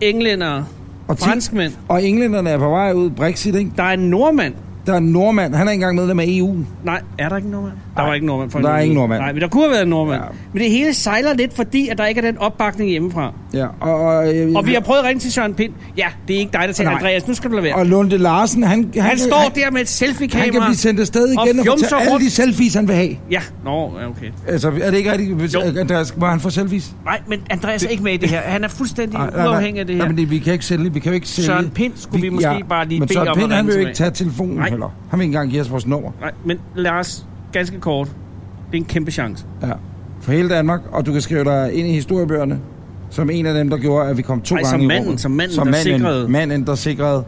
D: englænder,
B: Og, ti-
D: franskmænd.
B: og englænderne er på vej ud. Brexit, ikke?
D: Der er en nordmand.
B: Der er en nordmand. Han er ikke engang medlem af E EU.
D: Nej, er der ikke en nordmand? Der
B: Nej,
D: var ikke en nordmand. For en
B: der er
D: lille-
B: ingen nordmand.
D: Nej, men der kunne have været en nordmand.
B: Ja.
D: Ja. Men det hele sejler lidt, fordi at der ikke er den opbakning hjemmefra.
B: Ja, og, og, øh,
D: Og vi har prøvet at ringe til Søren Pind. Ja, det er ikke dig, der taler,
B: Nej.
D: Andreas. Nu skal du lade være.
B: og Lunde Larsen, han... Han,
D: Han står der med et selfie-kamera.
B: Han kan blive sendt afsted
D: og
B: igen og, og
D: fjumser
B: tage alle
D: rundt.
B: de selfies, han vil have.
D: Ja, nå, ja, okay.
B: Altså, er det ikke rigtigt, hvis
D: Jo.
B: Andreas, må han få selfies?
D: Nej, men Andreas er ikke med i det her. Han er fuldstændig uafhængig af det her.
B: Nej, men det, vi kan jo ikke sælge, vi kan jo ikke sælge.
D: Søren Pind skulle vi måske bare lige
B: men
D: bede
B: Søren
D: om at
B: Pind, han
D: ringe
B: vil jo ikke
D: tilbage.
B: tage telefonen
D: Nej.
B: heller. Han vil ikke engang give os vores nummer.
D: Nej, men Lars, ganske kort. Det er en kæmpe chance.
B: Ja. For hele Danmark, og du kan skrive dig ind i historiebøgerne, som en af dem, der gjorde, at vi kom to
D: Ej,
B: gange
D: som
B: i
D: manden,
B: rummet.
D: som manden, der sikrede.
B: manden, der sikrede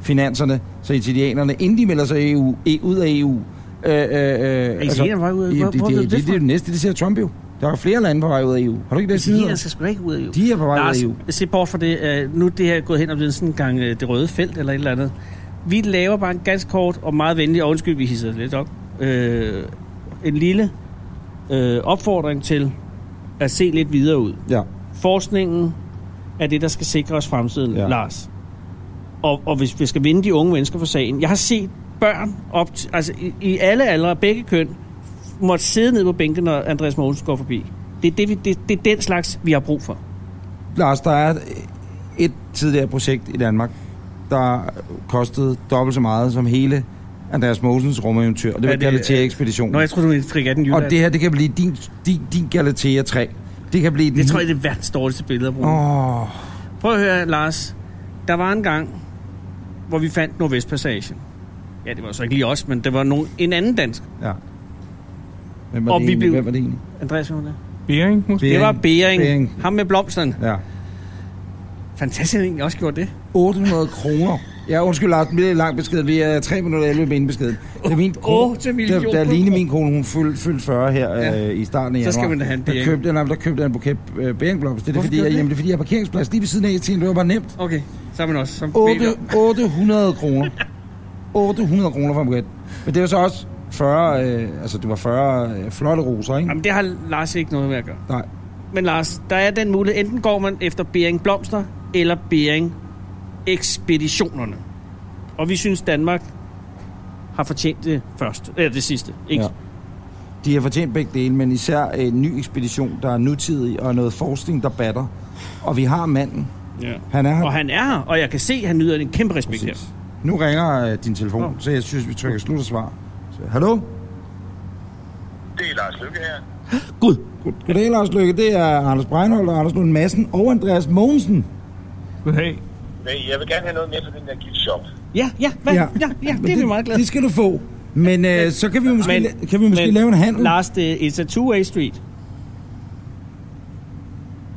B: finanserne, så italienerne, inden de melder sig i EU, e, ud af EU. Øh, øh, øh,
D: italienerne på vej ud af- E
B: Jamen,
D: hvor-
B: det,
D: hvor
B: det,
D: ved
B: det,
D: du det
B: det, det, er det næste, det siger Trump jo. Der er jo flere lande på vej ud af EU. Har du ikke det?
D: Italienerne
B: nyheder?
D: skal sgu da ikke ud af EU.
B: De er på vej ud af E
D: Lars,
B: EU.
D: se bort fra det. Uh, nu er det her gået hen og blevet sådan en gang uh, det røde felt eller et eller andet. Vi laver bare en ganske kort og meget venlig, og undskyld, vi hisser lidt op, uh, øh, en lille uh, opfordring til at se lidt videre ud.
B: Ja.
D: forskningen er det, der skal sikre os fremtiden,
B: Ja.
D: ja. Lars. Og, og hvis vi skal vinde de unge mennesker for sagen. Jeg har set børn op til, altså i, i alle aldre, begge køn, måtte sidde ned på bænken, når Andreas Mogensen går forbi. Det er, det, vi, det, det er den slags, vi har brug for.
B: Lars, der er et tidligere projekt i Danmark, der kostede dobbelt så meget som hele Andreas Mosens rumeventyr. Og det var
D: Er det-
B: Galatea-ekspeditionen.
D: Nå, jeg tror, du er frigatten
B: Og
D: Jylland.
B: det her, det kan blive din, din, din Galatea 3. Det kan blive
D: det tror jeg, det er verdens dårligste billede at bruge.
B: Åh,
D: Prøv at høre, Lars. Der var en gang, hvor vi fandt Nordvestpassagen. Ja, det var så ikke lige os, men det var nogen, en anden dansk.
B: ja. Hvem var,
D: Og
B: det
D: vi
B: egentlig?
D: blev-
B: Hvem var det egentlig?
D: Andreas, hvad var det?
C: Bering, måske?
D: Det var Bering.
B: Bering.
D: Ham med blomsterne.
B: Ja.
D: Fantastisk, at han egentlig også gjorde det.
B: 800 kroner. Ja, undskyld Lars, det er lang besked. Vi er 3 minutter 11 med indbeskeden. Det er min kone.
D: Otte millioner
B: Der, der er Line, min kone, hun fyldte fyld 40 her ja.
D: Ja.
B: øh, i starten af
D: Så
B: januar.
D: skal man da have en
B: der
D: Bering.
B: købte, nej, men der købte jeg en buket øh, bæringblomst. Det er, det,
D: Hvorfor
B: fordi,
D: gjorde
B: jeg,
D: du det?
B: jamen, det er, fordi jeg har parkeringsplads lige ved siden af i tiden. Det var bare nemt.
D: Okay, så er man også. Som
B: 8, 800 kroner. 800 kroner for en buket. Men det var så også 40, øh, altså det var 40 øh, flotte roser, ikke?
D: Jamen, det har Lars ikke noget med at gøre.
B: Nej.
D: Men Lars, der er den mulighed. Enten går man efter Bering Blomster eller Bering Ekspeditionerne. Og vi synes, Danmark har fortjent det første. Eller det sidste. Ikke?
B: Ja.
D: Ja.
B: De har fortjent begge dele, men især en ny ekspedition, der er nutidig, og noget forskning, der batter. Og vi har manden.
D: ja.
B: Han er her.
D: Og han er her, og jeg kan se, at han nyder en kæmpe respekt her.
B: Præcis. Nu ringer øh, din telefon,
D: Nå.
B: så jeg synes, vi trykker slut og svar. Så, Hallo?
H: Det er Lars Lykke her.
D: Gud.
B: God- Goddag, Lars Lykke. Det er Anders Breinholt og Anders Lund Madsen og Andreas Mogensen.
C: Goddag.
H: Men jeg vil gerne have noget mere fra den der gift shop.
D: Ja, ja, hvad? ja. ja, ja
B: Men
D: det er vi meget glade
B: Det skal du få. Men øh, så kan vi måske,
D: Men-
B: la- kan vi måske
D: men-
B: lave en handel.
D: Lars, det it's a two-way street.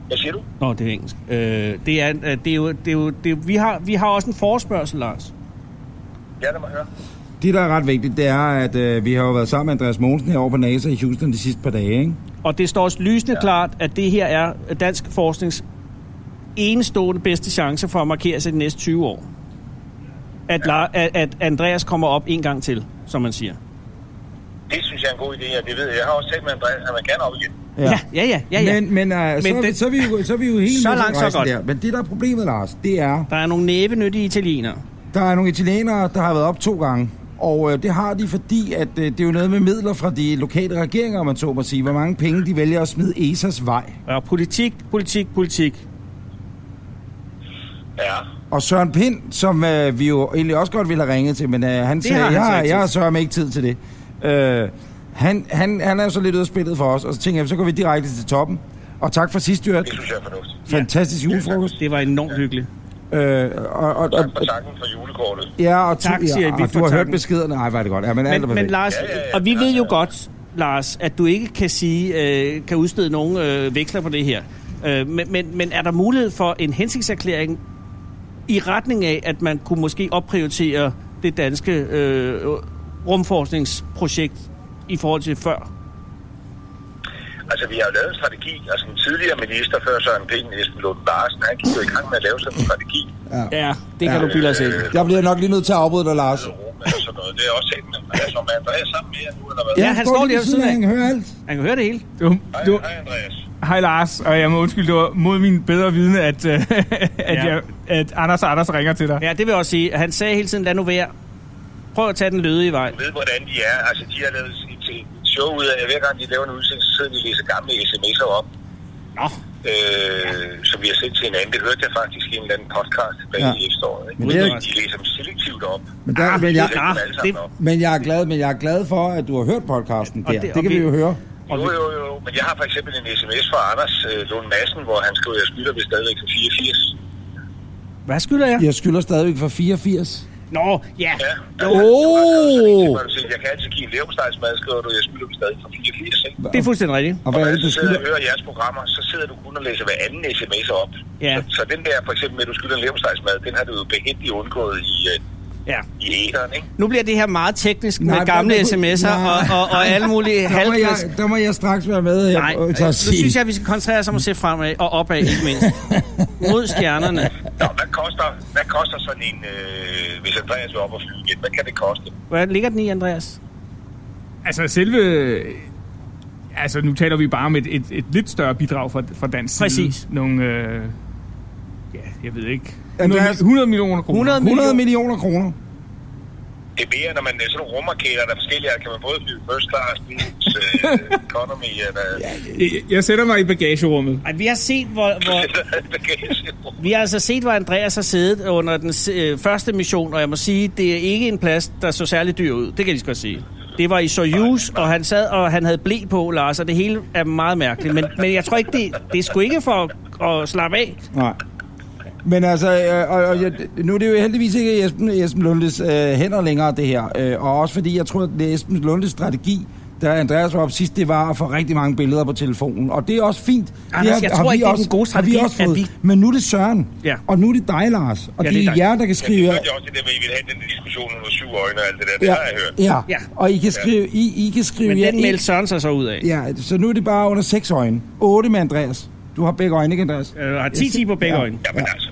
H: Hvad siger du?
D: Nå, det er engelsk. Øh, det, er, øh, det er jo... Det er jo det er, vi, har, vi har også en forespørgsel, Lars.
H: Ja, lad mig høre.
B: Det, der er ret vigtigt, det er, at øh, vi har jo været sammen med Andreas Mogensen herovre på NASA i Houston de sidste par dage, ikke?
D: Og det står også lysende ja. klart, at det her er dansk forsknings enestående bedste chance for at markere sig de næste 20 år. At, La, at, at Andreas kommer op en gang til, som man siger.
H: Det synes jeg er en god idé, og det ved jeg. Jeg har også talt med Andreas, han vil gerne op igen.
D: Ja, ja, ja, ja. ja. Men,
B: Men, men, øh, men så, det,
D: det-
B: så, er vi jo, så er vi jo helt
D: Så
B: med på
D: langt, så
B: rejsen
D: godt.
B: Der. Men det, der er problemet, Lars, det er,
D: der er nogle nævenyttige italienere.
B: der er nogle italienere, der har været op to gange. Og øh, det har de, fordi at, øh, det er jo noget med midler fra de lokale regeringer, om man så må sige. Hvor mange penge de vælger at smide ESA's vej.
D: Ja, politik, politik, politik.
H: Ja.
B: Og Søren Pind, som øh, vi jo egentlig også godt ville have ringet til, men øh, han sagde,
D: har han
B: jeg,
D: så
B: har, jeg
D: ikke tid
B: har
D: til."
B: sørme ikke tid til det. Øh, han, han, han er jo så lidt ude af spillet for os, og så tænker jeg, så går vi direkte til toppen. Og tak for sidst, Jørgen.
H: Det synes jeg er fornuftigt.
B: Fantastisk julefrokost.
D: Det var enormt hyggeligt.
B: Øh, og, og, og,
H: Tak for takken for julekortet.
B: Ja, og tu-
D: Tak, siger
B: ja,
D: I. Vi
B: og du
D: får
B: har hørt
D: takken.
B: beskederne. Nej, var det godt. Ja, men, alt er
D: Men, men
B: perfekt.
D: Lars,
H: Ja, ja, ja.
D: og vi
H: Ja,
D: ved
H: ja,
D: jo
H: ja.
D: godt, Lars, at du ikke kan sige, øh, kan udstede nogen øh, veksler på det her. Øh, men, men, men er der mulighed for en hensigtserklæring i retning af, at man kunne måske opprioritere det danske øh, rumforskningsprojekt i forhold til før?
H: Altså, vi har jo lavet en strategi, og som tidligere minister før Søren Pind, Esben Lund Larsen, han gik jo i gang med at lave sådan en strategi. Øh,
D: Ja, det kan
B: Ja.
D: du bilde os ind.
B: Jeg bliver nok lige nødt til at afbryde dig, Lars.
H: Europa og sådan noget. Det er også talt med Andreas, om Andreas sammen med jer nu, eller hvad?
D: Ja, han står lige ved siden af.
B: Han kan høre alt.
D: Man kan høre det hele.
C: Det var,
H: Hej,
C: det var,
H: hej Andreas.
C: hej Lars, og jeg må undskylde, det var mod min bedre vidne, at, øh, (laughs) at,
D: Ja.
C: jeg, at Anders og Anders ringer til dig.
D: Ja, det vil jeg også sige. Han sagde hele tiden, lad nu være. Prøv at tage den lødige vej.
H: Jeg ved, hvordan de er. Altså, de har lavet et et show ud af, at hver gang de laver en udsendelse, så sidder de og læser gamle sms'er op.
D: Nå,
H: øh, som vi har sendt til hinanden. Det hørte jeg faktisk i en eller anden podcast tilbage
B: Ja.
H: ja. i efteråret. Ikke?
B: Men
H: Men
B: det
H: det
B: er-
H: De læser dem selektivt op.
B: Men, der, men, jeg,
H: læser
D: ah,
H: dem alle sammen
D: det-
H: op.
B: men, jeg er glad, men jeg er glad for, at du har hørt podcasten der.
D: Og
B: Det,
D: det-
B: det
D: og
B: kan vi
D: vi-
B: jo høre.
H: Jo, jo, jo. Men jeg har for eksempel en sms fra Anders øh, Lund Madsen, hvor han skriver, jeg skylder ved stadigvæk for 84.
D: hvad skylder jeg?
B: Jeg skylder stadigvæk for 84.
D: Nå, ja. Jo,
H: Ja. Det var- det var altså også
B: Åh!
H: vigtigt, hvor du siger, Jeg kan altid give en leverpostejsmad, skriver du, jeg skylder ved stadig for 84. Ikke?
D: det er fuldstændig rigtigt.
B: Og
H: Og
B: hvad er
H: når
B: det,
H: du
B: du
H: sidder
B: skylder?
H: og hører jeres programmer, så sidder du kun og læser hver anden sms op.
D: Ja.
H: Så, så, den der for eksempel med, at du skylder en leverpostejsmad, den har du jo behendigt undgået i, øh,
D: Ja.
H: i æteren, ikke?
D: Nu bliver det her meget teknisk
B: Nej,
D: nej, med gamle
B: men-
D: sms'er
B: nej.
D: og, og, og alle mulige
B: Der må,
D: halvkrids.
B: jeg, der må jeg straks være med. Jeg,
D: Nej,
B: må-
D: øh,
B: så
D: nu
B: at sige.
D: synes jeg, at vi skal koncentrere os om at se fremad og opad, ikke
B: (laughs)
D: mindst. Mod stjernerne.
H: Nå, hvad koster, hvad koster sådan en, øh, hvis Andreas vil op og flyve igen, hvad kan det koste?
D: Hvad ligger den i, Andreas?
C: Altså selve... altså, nu taler vi bare om et, et, et lidt større bidrag fra, fra dansk
D: Præcis.
C: side. Nogle, øh, ja, jeg ved ikke.
B: Jamen, det er
C: 100,
B: altså-
C: 100 millioner kroner.
D: 100
B: 100 millioner kroner.
H: Det er mere, når man øh, sådan nogle rumraketter, der er forskellige, kan man både flyve first class, business,
D: (laughs)
H: øh, economy, eller... (laughs)
C: Jeg, jeg sætter mig i bagagerummet.
D: Ej, vi har set, hvor, hvor,
H: bagage.
D: Vi har altså set, hvor Andreas har siddet under den øh, første mission, og jeg må sige, det er ikke en plads, der så særlig dyr ud. Det kan jeg lige så godt sige. Det var i Soyuz, og han sad, og han havde blæ på, Lars, og det hele er meget mærkeligt. Men, men jeg tror ikke, det, det er sgu ikke for at, at slappe af.
B: Nej. Men altså, øh, og, og, jeg, nu er det jo heldigvis ikke Esben, Esben Lundes øh, hænder længere, det her. Øh, og også fordi, jeg tror, at det er Esben Lundes strategi, da Andreas var op sidst, det var at få rigtig mange billeder på telefonen. Og det er også fint.
D: Anders,
B: det har-
D: jeg
B: har
D: tror
B: vi
D: ikke, det er
B: også-
D: den gode
B: Har
D: strategi,
B: vi også
D: at
B: fået.
D: vi-
B: Men nu er det Søren.
D: Ja.
B: Og nu er det dig, Lars. Og
D: Ja,
B: det,
D: det
B: er
D: er dig.
B: jer, der kan
H: Det
B: skrive...
H: hørte jeg også, det der med, at I ville have den diskussion med syv øjne og alt det der. Det har jeg hørt.
B: ja.
D: Ja.
B: Og I kan skrive... I, I kan skrive
D: Men
B: jer
D: den
B: ind.
D: meldte Søren sig så ud af.
B: Ja, så nu er det bare under seks øjne. Otte med Andreas. Du har begge øjne, ikke Andreas?
D: Øh, har 10-10 på begge
B: Ja.
D: øjne.
H: Jamen altså.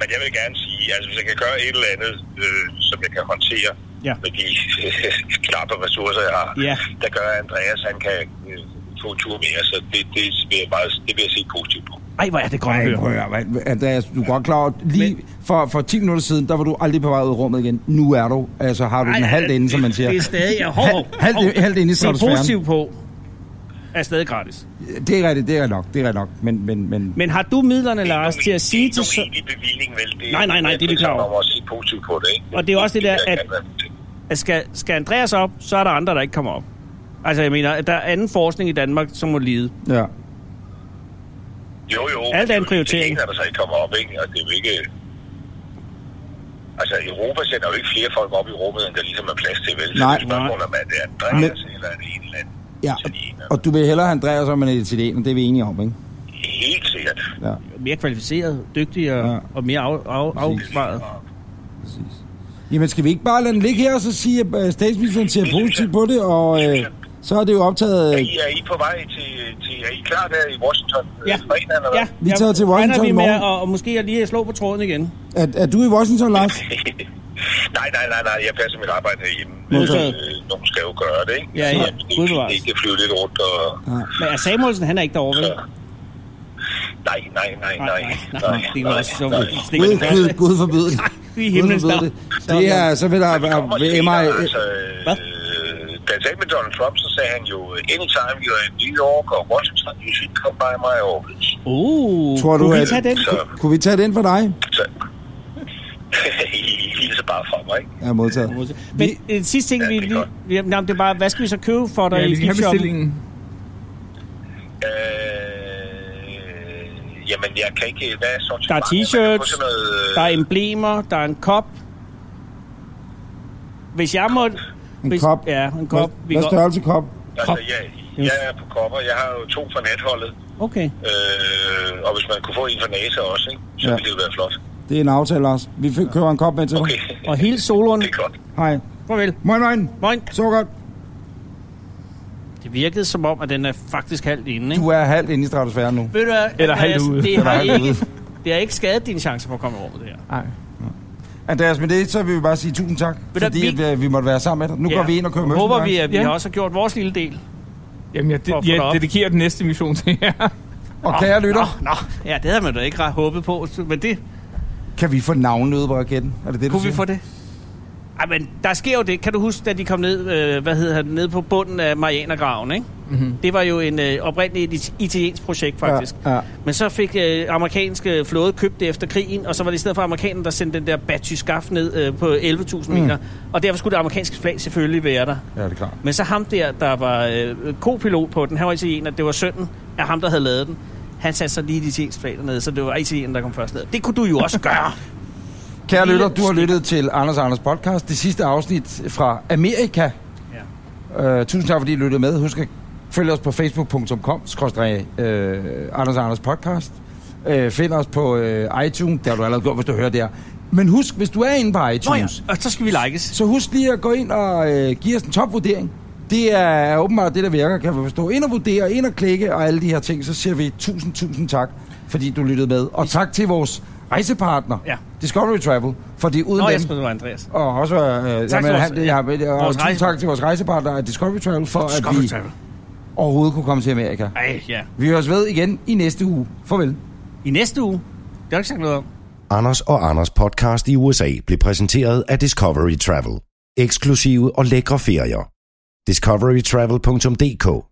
H: Men jeg vil gerne sige, altså hvis jeg kan gøre et eller andet, øh, som jeg kan håndtere
D: Ja.
H: med de (laughs) knappe ressourcer, jeg har,
D: Ja.
H: der gør at Andreas, han kan øh, få en tur mere, så det, det, vil jeg meget, det vil jeg se positivt på.
D: Ej, hvor er det godt at
B: Ej,
D: høre.
B: prøv at høre, hvad- Andreas, altså, du er godt klar over, lige for, for 10 minutter siden, der var du aldrig på vej ud af rummet igen. Nu er du, altså har du den halvt inde, som man siger.
D: Det er stadig... Ja, hov, hov,
B: Halvt- halvt- Halvt inde i
D: Det er
B: stratosfæren.
D: positiv på er stadig gratis.
B: Det er rigtigt, det er nok, det er nok, men... men, men
D: Men har du midlerne, Lars,
H: Det er
D: til at
H: ikke
D: sige
H: nogen-
D: til...
H: Det er
D: Sø-
H: ikke nogen egentlig bevilling, vel? Det,
D: Nej, nej, nej, det er vi klar over.
H: Jeg er også se positivt på det, ikke?
D: Og det er også det der,
H: Jeg
D: at-
H: kan være-
D: at skal, skal Andreas op, så er der andre, der ikke kommer op. Altså, jeg mener, at der er anden forskning i Danmark, som må lide.
B: ja.
H: Jo, jo.
D: Alt er en
H: Det
D: prioritering.
H: Det er der så ikke kommer op, ikke? Og det er jo ikke... Altså, Europa sender jo ikke flere folk op i rummet, end der ligesom er plads til, vel? Så
B: Nej,
H: det er et spørgsmål, om at det er Andreas
B: Men-
H: eller er det en eller anden.
B: ja.
H: italiener.
B: Og du vil hellere have Andreas om en italiener, det er vi enige om, ikke?
H: Helt sikkert.
B: Ja,
D: Mere kvalificeret, dygtig og,
B: Ja.
D: ja. og mere af, af, afsvaret.
B: præcis. Jamen, skal vi ikke bare lade den ligge her, og så sige, at øh, statsministeren ser
H: Det synes
B: positivt
H: jeg.
B: på det, og øh, så er det jo optaget...
H: Er
B: øh,
H: I, er I på vej til, til... Er I klar der i Washington? øh,
D: Ja.
H: Fredag, eller
D: Ja,
H: hvad?
B: Vi tager til Washington
D: regner vi
B: i morgen.
D: med, og, og måske jeg lige slå på tråden igen.
B: Er, er du i Washington, Lars?
H: (laughs) nej, nej, nej, nej. Jeg passer mit arbejde herhjemme.
D: Modtaget.
H: Øh, Nogen skal jo gøre det, ikke?
D: Ja, ja. Gud bevares.
H: Ikke flyve lidt rundt og...
D: Men er Samuelsen, han er ikke derovre, vel?
H: Nej, nej, nej, nej.
D: nej, det var også så
H: nej.
D: vi stikker
B: Gud,
D: den
B: Gud,
D: første.
B: Gud forbyde
D: (laughs)
B: det.
D: I
B: Gud
D: himlens
B: forbyde
D: navn.
B: det. Det er, så vil der
H: Men kommer
B: være ved mig...
H: senere, Altså,
D: Hvad?
H: Hvad? Da jeg talte med Donald Trump, så sagde han jo, "Uh, anytime you're in New York or Washington, you should come by my office.
D: Uh,
B: Tror du,
D: kunne vi
B: at-
D: tage den?
H: Så
B: Kunne vi tage den for dig?
H: så (laughs) I hilser bare fra mig, ikke?
B: Ja, modtaget.
D: Men en sidste ting,
H: Ja,
D: vi
H: det er
D: lige...
H: godt.
D: Jamen, jamen, det er bare, hvad skal vi så købe for dig
C: Ja,
D: i
C: vi skal have
D: giftshoppen?
C: bestillingen.
H: Øh, jamen, jeg kan ikke... Hvad er sortiment?
D: Der er t-shirts,
H: øh,
D: der er emblemer, der er en kop. Hvis jeg måtte...
B: En
D: hvis,
B: kop?
D: Ja, en kop.
B: Hvad-
D: Vi
B: Hvad
D: går-
B: størrelse kop?
H: Altså,
D: kop.
H: jeg, jeg er på kopper. Jeg har jo to fra natholdet.
D: Okay.
H: Øh, og hvis man kunne få en fra NASA også, ikke? så
B: Ja.
H: ville det jo være flot.
B: Det er en aftale, Lars. Vi fø- køber en kop med til dig.
H: Okay,
D: Og hele soloen.
H: (laughs) det er godt.
B: Hej.
D: Farvel.
B: Moin, moin.
D: Moin.
B: Så godt.
D: Det virkede som om, at den er faktisk halvt inde, ikke?
B: Du er halvt inde i stratosfæren nu.
D: Ved du hvad,
C: Eller halvt
D: Andreas,
C: ude.
D: Det
C: Eller
D: har,
B: halvt
D: ikke,
B: ude.
D: det har ikke skadet dine chancer for at komme over det her.
C: Nej.
B: (laughs) Andreas, med det, så vil vi bare sige tusind tak,
D: du,
B: fordi
D: vi-
B: at, øh, vi måtte være sammen med dig. Nu går vi ind og køber
D: møbler. Håber vi,
B: møbler
D: at vi
C: Ja.
D: også har gjort vores lille del.
C: Jamen, jeg,
D: For at
C: de,
D: få dig
C: jeg
D: op.
C: dedikerer den næste mission til jer.
B: Og
D: Ah.
B: kære lytter,
D: Nå, nå, ja, det havde man da ikke ret håbet på, så- men det
B: kan vi få navnet ude på raketten? Er det det, du
D: kunne vi
B: siger?
D: få det. Ej, men der sker jo det. Kan du huske, da de kom ned, øh, hvad hedder han, ned på bunden af Marianergraven, ikke? Mm-hmm. Det var jo en øh, oprindeligt et it- italiensk projekt, faktisk.
B: Ja, ja.
D: Men så fik øh, amerikanske flåde købt det efter krigen, og så var det i stedet for amerikanerne, der sendte den der batyskaf ned øh, på 11.000 meter. Og derfor skulle det amerikanske flag selvfølgelig være der.
B: Ja, det er klart.
D: Men så ham der, der var øh, kopilot på den, han var italiener, det var sønnen af ham, der havde lavet den. Han satte sig lige de italienske flag dernede, så det var italienerne, der kom først ned. Det kunne du jo også (laughs) gøre.
B: Kære
D: Lille
B: lytter, du har lyttet til Anders og Anders podcast. Det sidste afsnit fra Amerika. Ja. Uh, tusind tak, fordi I lyttede med. Husk at følge os på facebook.com skråstreg uh, Anders og Anders podcast. Uh, find os på uh, iTunes. Det har du allerede gjort, hvis du hører der. Men husk, hvis du er inde på
D: Nå ja,
B: iTunes,
D: og så skal vi likes.
B: så husk lige at gå ind og uh, give os en topvurdering. Det er åbenbart det, der virker, kan vi forstå. Ind og vurdere, ind og klikke og alle de her ting, så siger vi tusind, tusind tak, fordi du lyttede med. Og tak til vores rejsepartner,
D: Ja.
B: Discovery Travel, fordi uden
D: Nå,
B: dem...
D: jeg troede, det var Andreas.
B: Og også øh, tak,
D: til
B: jamen,
D: vores-
B: han, ja,
D: ja,
B: ja, og
D: vores
B: tusind
D: rejse-
B: tak til vores rejsepartner Discovery Travel for, at vi
D: Travel.
B: overhovedet kunne komme til Amerika.
D: Ej, ja.
B: Vi høres ved igen i næste uge. Farvel.
D: I næste uge, det har du ikke sagt noget om.
A: Anders og Anders podcast i USA blev præsenteret af Discovery Travel. Eksklusive og lækre ferier. discoverytravel.dk